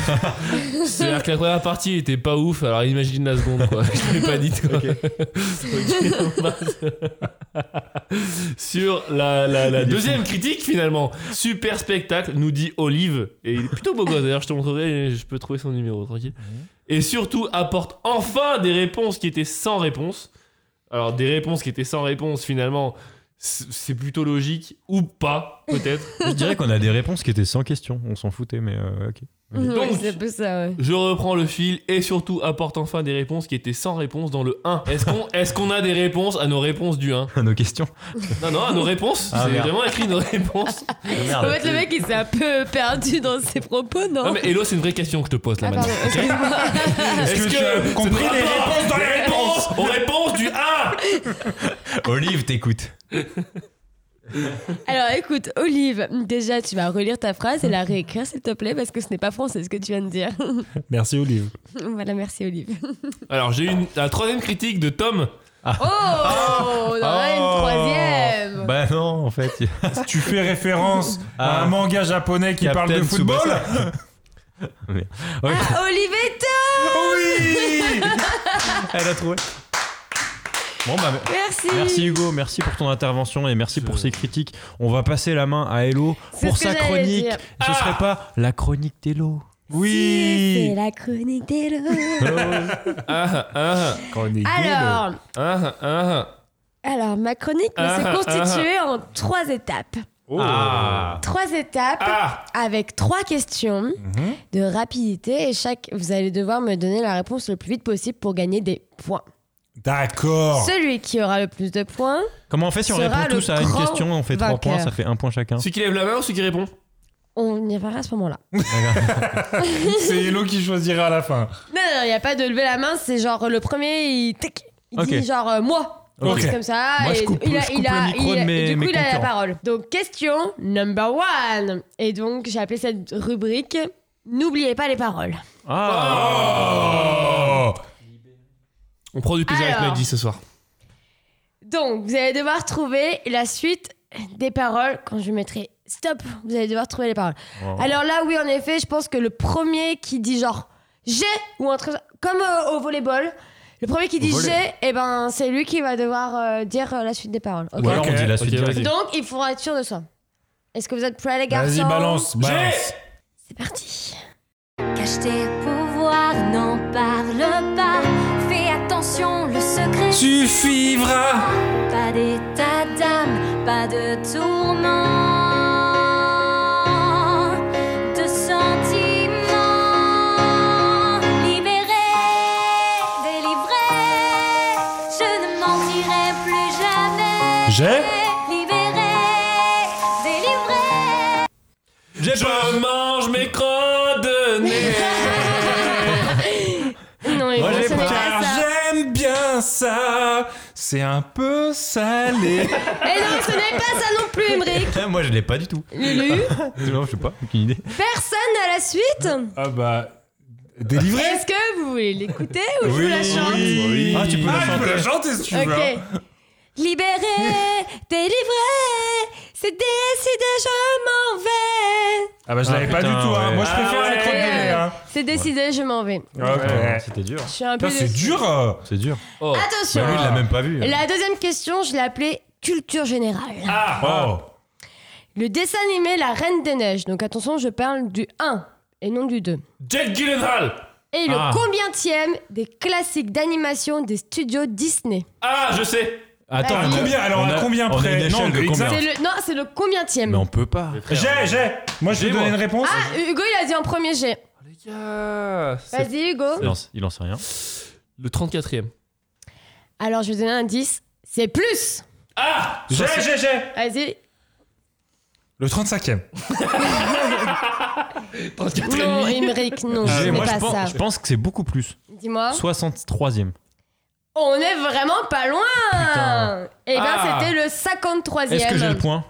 C'est-à-dire que la première partie était pas ouf, alors imagine la seconde, quoi. Je l'ai pas dit, quoi. Ok, on passe. Sur la, la- la deuxième critique, finalement. Super spectacle, nous dit Olive. Et il est plutôt beau gosse, d'ailleurs, je te montrerai, je peux trouver son numéro, tranquille. Et surtout, apporte enfin des réponses qui étaient sans réponse. Alors, des réponses qui étaient sans réponse, finalement, c'est c'est plutôt logique, ou pas, peut-être. Je dirais qu'on a des réponses qui étaient sans question. On s'en foutait, mais euh, ok. Ok. Ouais, c'est un peu ça, ouais. Je reprends le fil et surtout apporte enfin des réponses qui étaient sans réponse dans le 1. Est-ce qu'on est qu'on a des réponses à nos réponses du 1 Nos questions. Non, non, à nos réponses. Ah, c'est merde. vraiment écrit nos réponses. Ah, En fait, le mec, il s'est un peu perdu dans ses propos, non Non, mais Hello, c'est une vraie question que je te pose là Ah, maintenant. pardon, excuse-moi. Est-ce que tu as ça compris doit les avoir réponses dans des les réponses Aux réponses du 1 Olive, t'écoutes. Alors écoute, Olive, déjà tu vas relire ta phrase et la réécrire s'il te plaît parce que ce n'est pas français ce que tu viens de dire. Merci, Olive. voilà, merci Olive. Alors, j'ai une la troisième critique de Tom. Oh, on en a Oh. une troisième. Bah non, en fait. Tu fais référence à Ah. un manga japonais qui parle de Captain football Tsubasa. Merde. Bah, Ok. Ah, Olive et Oui Tom Elle a trouvé. Bon, bah, Merci. Merci Hugo, merci pour ton intervention et merci pour ces critiques. On va passer la main à Hello C'est pour ce que sa j'allais chronique. dire. Ce serait pas la chronique d'Hello C'est Oui la chronique d'Elo. Ah, ah. Alors, Ah, ah. alors ma chronique Ah, s'est ah, constituée en trois étapes. Oh. Ah. Mhm. Trois étapes avec trois questions de rapidité et chaque vous allez devoir me donner la réponse le plus vite possible pour gagner des points. Oh. D'accord. Celui qui aura le plus de points. Comment on fait si on sera répond le tous à une grand question On fait trois vainqueur. points, ça fait un point chacun. Celui qui lève la main ou celui qui répond On y verra à ce moment-là. non, C'est Hello qui choisira à la fin. non, il n'y a pas de lever la main, c'est genre le premier, il, tic, il Ok. dit genre euh, moi. Il Ok. dit comme ça, Moi, je et coupe- il a, je coupe il a- le micro il a- de mes- et du coup mes il a la concurrents. parole. Donc question number one. Et donc j'ai appelé cette rubrique N'oubliez pas les paroles. Ah. Oh On prend du plaisir Alors. avec Maggie ce soir. Donc vous allez devoir trouver la suite des paroles quand je mettrai stop. Vous allez devoir trouver les paroles. Oh. Alors là oui en effet je pense que le premier qui dit genre j'ai ou un truc comme euh, au volleyball. Le premier qui Au dit volley. j'ai, eh ben, c'est lui qui va devoir euh, dire euh, la suite des paroles. ok Ou alors on dit la suite Ok, directe. Donc, il faudra être sûr de soi. Est-ce que vous êtes prêts, les garçons Vas-y, balance, balance. C'est parti. Cache tes pouvoirs, n'en parle pas. Fais attention, le secret Suffivra. Pas d'état d'âme, pas de tourment. J'ai libéré, délivré. Je mange mes coordonnées. Non, mais Moi, bon, j'ai ça pas. n'est Eh ben, pas Car ça. j'aime bien ça. C'est un peu salé. Eh non, ce n'est pas ça non plus, Emmerich. Moi, je l'ai pas du tout. Lulu Non, je sais pas, aucune idée. Personne à la suite Ah bah. Délivré Est-ce que vous voulez l'écouter ou je vous la chante Ah, tu peux la Ah, chanter. tu peux la si tu veux. hein. Ok. Libéré, délivré, c'est décidé, je m'en vais. Ah bah je Ah, l'avais pas du tout. putain, Hein. ouais. Moi je Ah préfère les ouais. crottes de lait. Hein. C'est décidé, je m'en vais. Ok. C'était dur. Je suis un peu Putain, C'est déçue. dur. euh. C'est dur. Oh. Attention. Bah, lui, il l'a même pas vu. La deuxième question, je l'ai appelée culture générale. Ah, Oh. Le dessin animé La Reine des Neiges. Donc attention, je parle du 1 et non du 2. Jack Gyllenhaal. Et le Ah. combientième des classiques d'animation des studios Disney Ah, je sais. Attends, À on a- Ah, combien Alors on à a- combien on a près Non, une échelle de combien C'est le- Non, c'est le combientième Mais on peut pas. J'ai, j'ai. Moi je vais J'ai, donner moi. une réponse. Ah, Hugo, il a dit en premier G. Vas-y, Hugo. Il en, il en sait rien. Le 34e. Alors, je vais donner un indice. C'est plus. Ah J'ai, j'ai, j'ai. Vas-y. Le 35e. Non, Emmerich, non, J'ai- ce n'est Ah moi, pas je, ça. Hein pense, je pense que c'est beaucoup plus. Dis-moi. 63e. On est vraiment pas loin. Putain. Eh bien, Ah. c'était le 53e. Est-ce que j'ai le point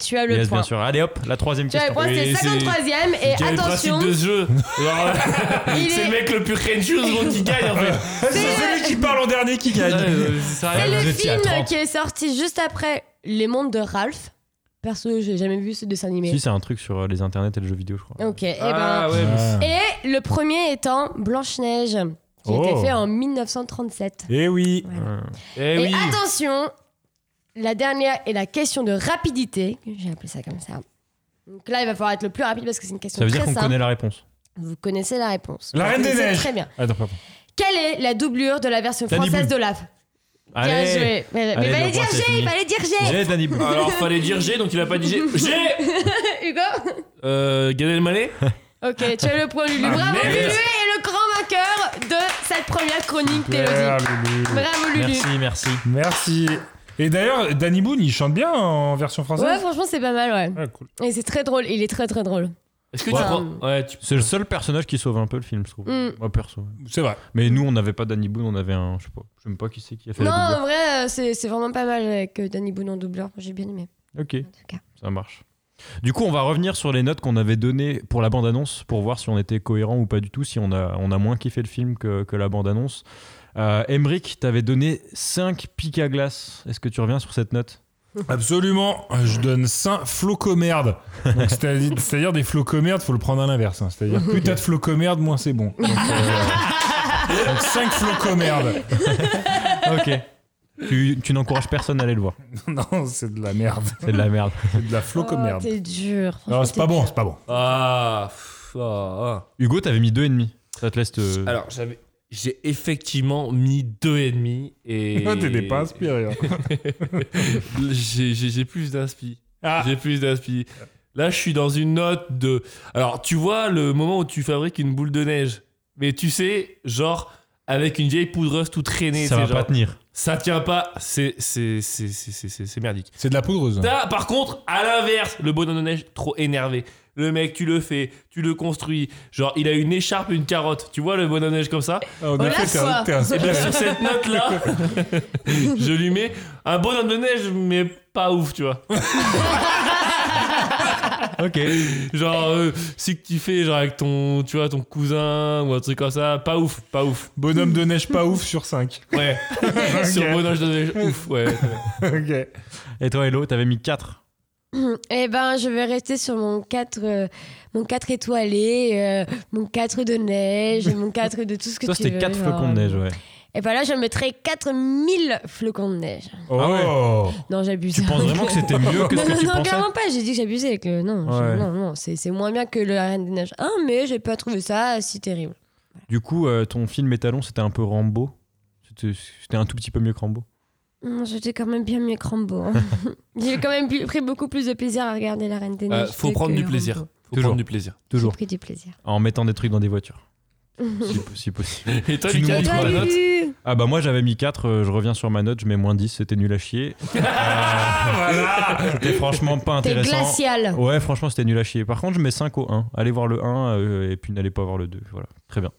Tu as le Yes, point. bien sûr. Allez hop, la troisième Tu as le question. point, c'est Oui, le c'est- 53e. Et Quel est le attention, principe de ce jeu Oh, Genre, Il C'est est- le mec le plus religieux gros, qui gagne en fait. C'est celui qui parle en dernier qui gagne. Ouais, euh, ça c'est arrive. le étiez à film 30. qui est sorti juste après Les Mondes de Ralph. Perso, j'ai jamais vu ce dessin animé. Si, c'est un truc sur euh, les internets et le jeu vidéo, je crois. Ok, eh Ah ben. ouais, mais c'est- Et le premier étant Blanche-Neige, qui a Oh. été fait en 1937. Eh oui. Eh Et oui. attention, la dernière est la question de rapidité. J'ai appelé ça comme ça. Donc là, il va falloir être le plus rapide parce que c'est une question Ça veut dire très qu'on simple. connaît la réponse. Vous connaissez la réponse. La Vous Reine des connaissez Neiges. Très bien. Attends, pardon. Quelle est la doublure de la version Danny française Boone. d'Olaf Bien Allez. joué. Mais, mais Allez, fallait le dire point, c'est G, fini. il fallait dire G. J'ai Danny Boone. Alors fallait dire G, donc il a pas dit G. G Hugo euh, Gad Elmaleh Ok, tu as le point Lulu. Ah, Bravo merde. Lulu est le grand vainqueur de cette première chronique Super, d'Élodie. Lulu. Bravo Lulu. Merci, merci. Merci. Et d'ailleurs, Danny Boone, il chante bien en version Ouais, française. franchement, c'est pas mal, ouais. Ah, cool. Et c'est très drôle, il est très très drôle. Est-ce que Ouais. tu crois Ouais, tu... C'est le seul personnage qui sauve un peu le film, je trouve. Mm. Moi, perso. C'est vrai. Mais nous, on n'avait pas Danny Boone, on avait un. Je sais pas, je sais même pas qui c'est qui a fait Non, la en vrai, euh, c'est c'est vraiment pas mal avec euh, Danny Boone en doubleur. J'ai bien aimé. doublure. Ok, En tout cas. ça marche. Du coup, on va revenir sur les notes qu'on avait données pour la bande-annonce pour voir si on était cohérent ou pas du tout, si on a, on a moins kiffé le film que, que la bande-annonce. Euh, Emric, t'avais donné 5 pics à glace. Est-ce que tu reviens sur cette note Absolument, je donne 5 flocomerdes. Donc, C'est-à-dire c'est-à-dire des flocomerdes, faut le prendre à l'inverse. hein. C'est-à-dire plus t'as de flocomerdes, moins c'est bon. Donc, euh, 5 flocomerdes. Ok. tu tu n'encourages personne à aller le voir. Non, c'est de la merde. C'est de la merde. C'est de la Oh, flocomerde. T'es dur. non, franchement, Ah, c'est pas t'es bon, dur. c'est pas bon. Ah, pff, ah, ah. Hugo, t'avais mis 2,5. Ça te laisse te. Alors j'avais j'ai effectivement mis deux et demi et Ah, T'étais pas inspiré. hein. j'ai j'ai- j'ai plus d'inspi. Ah. J'ai plus d'inspi. Là, je suis dans une note de. Alors, tu vois le moment où tu fabriques une boule de neige, mais tu sais, genre avec une vieille poudreuse tout traînée, ça c'est va genre, pas tenir. Ça tient pas. C'est c'est c'est c'est c'est- c'est c'est merdique. C'est de la poudreuse. hein. Là, par contre, à l'inverse, le bonhomme de neige, trop énervé. Le mec, tu le fais, tu le construis. Genre, il a une écharpe, une carotte. Tu vois le bonhomme de neige comme ça ben, Ah, en Oh, effet, la t'es foi. un- t'es un- Et bien, sur cette note-là, je lui mets un bonhomme de neige, mais pas ouf, tu vois. Ok. Genre, euh, si que tu fais, genre avec ton, tu vois, ton cousin ou un truc comme ça, pas ouf, pas ouf. Bonhomme de neige pas ouf sur 5. Ouais. Sur bonhomme de neige, ouf, ouais. ok. Et toi, Hello, t'avais mis 4. Eh ben, je vais rester sur mon 4, mon 4 étoilé, euh, mon 4 de neige, mon 4 de tout ce que Toi, tu c'était veux. 4 genre. flocons de neige, ouais. Et ben là, je mettrais 4000 flocons de neige. Oh. Ah ouais. Non, j'abuse. Tu penses vraiment que c'était mieux que ce non, que non, tu non, pensais clairement pas, j'ai dit que j'abusais. Que... Non, je- Ouais. non, non, c'est c'est moins bien que le Reine des Neiges 1, mais j'ai pas trouvé ça si terrible. Du coup, euh, ton film étalon, c'était un peu Rambo. C'était c'était un tout petit peu mieux que Rambo. Non, J'étais quand même bien mieux que Rambo. hein. j'ai quand même pu- pris beaucoup plus de plaisir à regarder la Reine des Euh, Neiges. faut que prendre du Rambo. plaisir. Faut Toujours. prendre du plaisir. J'ai Toujours. pris du plaisir. En mettant des trucs dans des voitures. si possible. Et toi, Tu nous Lucas, montres tu prends la note Ah bah moi j'avais mis 4, je reviens sur ma note, je mets moins 10, c'était nul à chier. Euh, C'était franchement pas T'es intéressant. glacial. Ouais, franchement c'était nul à chier. Par contre, je mets 5 au 1. Allez voir le 1 euh, et puis n'allez pas voir le 2. Voilà, très bien.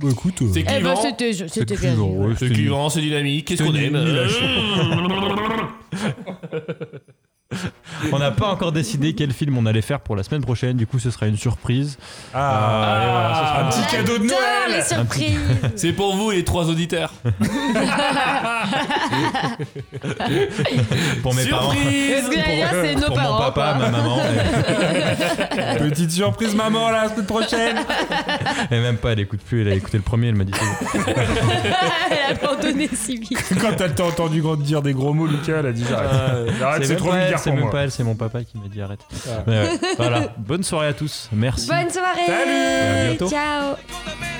Bah écoute, C'est Eh ben, clivant. c'était c'était C'est bien. clivant, ouais, C'est c'était nul. clivant, c'est dynamique. Qu'est-ce C'était qu'on aime nul à euh, On n'a pas encore décidé quel film on allait faire pour la semaine prochaine, du coup ce sera une surprise. Ah, et voilà, ce sera- un petit cadeau de J'adore Noël. les surprises. C'est pour vous, les trois auditeurs. pour mes parents. Surprise Parce que là, c'est nos pour parents. mon papa, ma quoi. maman. Petite surprise maman la semaine prochaine. Et même pas, elle écoute plus, elle a écouté le premier, elle m'a dit. c'est bon. Elle a abandonné si vite. Quand elle t'a entendu dire des gros mots, Lucas, elle a dit j'arrête. J'arrête, Ah, c'est même trop pas elle, vulgaire C'est pour même moi. pas elle, c'est mon papa qui m'a dit arrête. Ah. Mais ouais, voilà. Bonne soirée à tous. Merci. Bonne soirée. Et à bientôt. Ciao.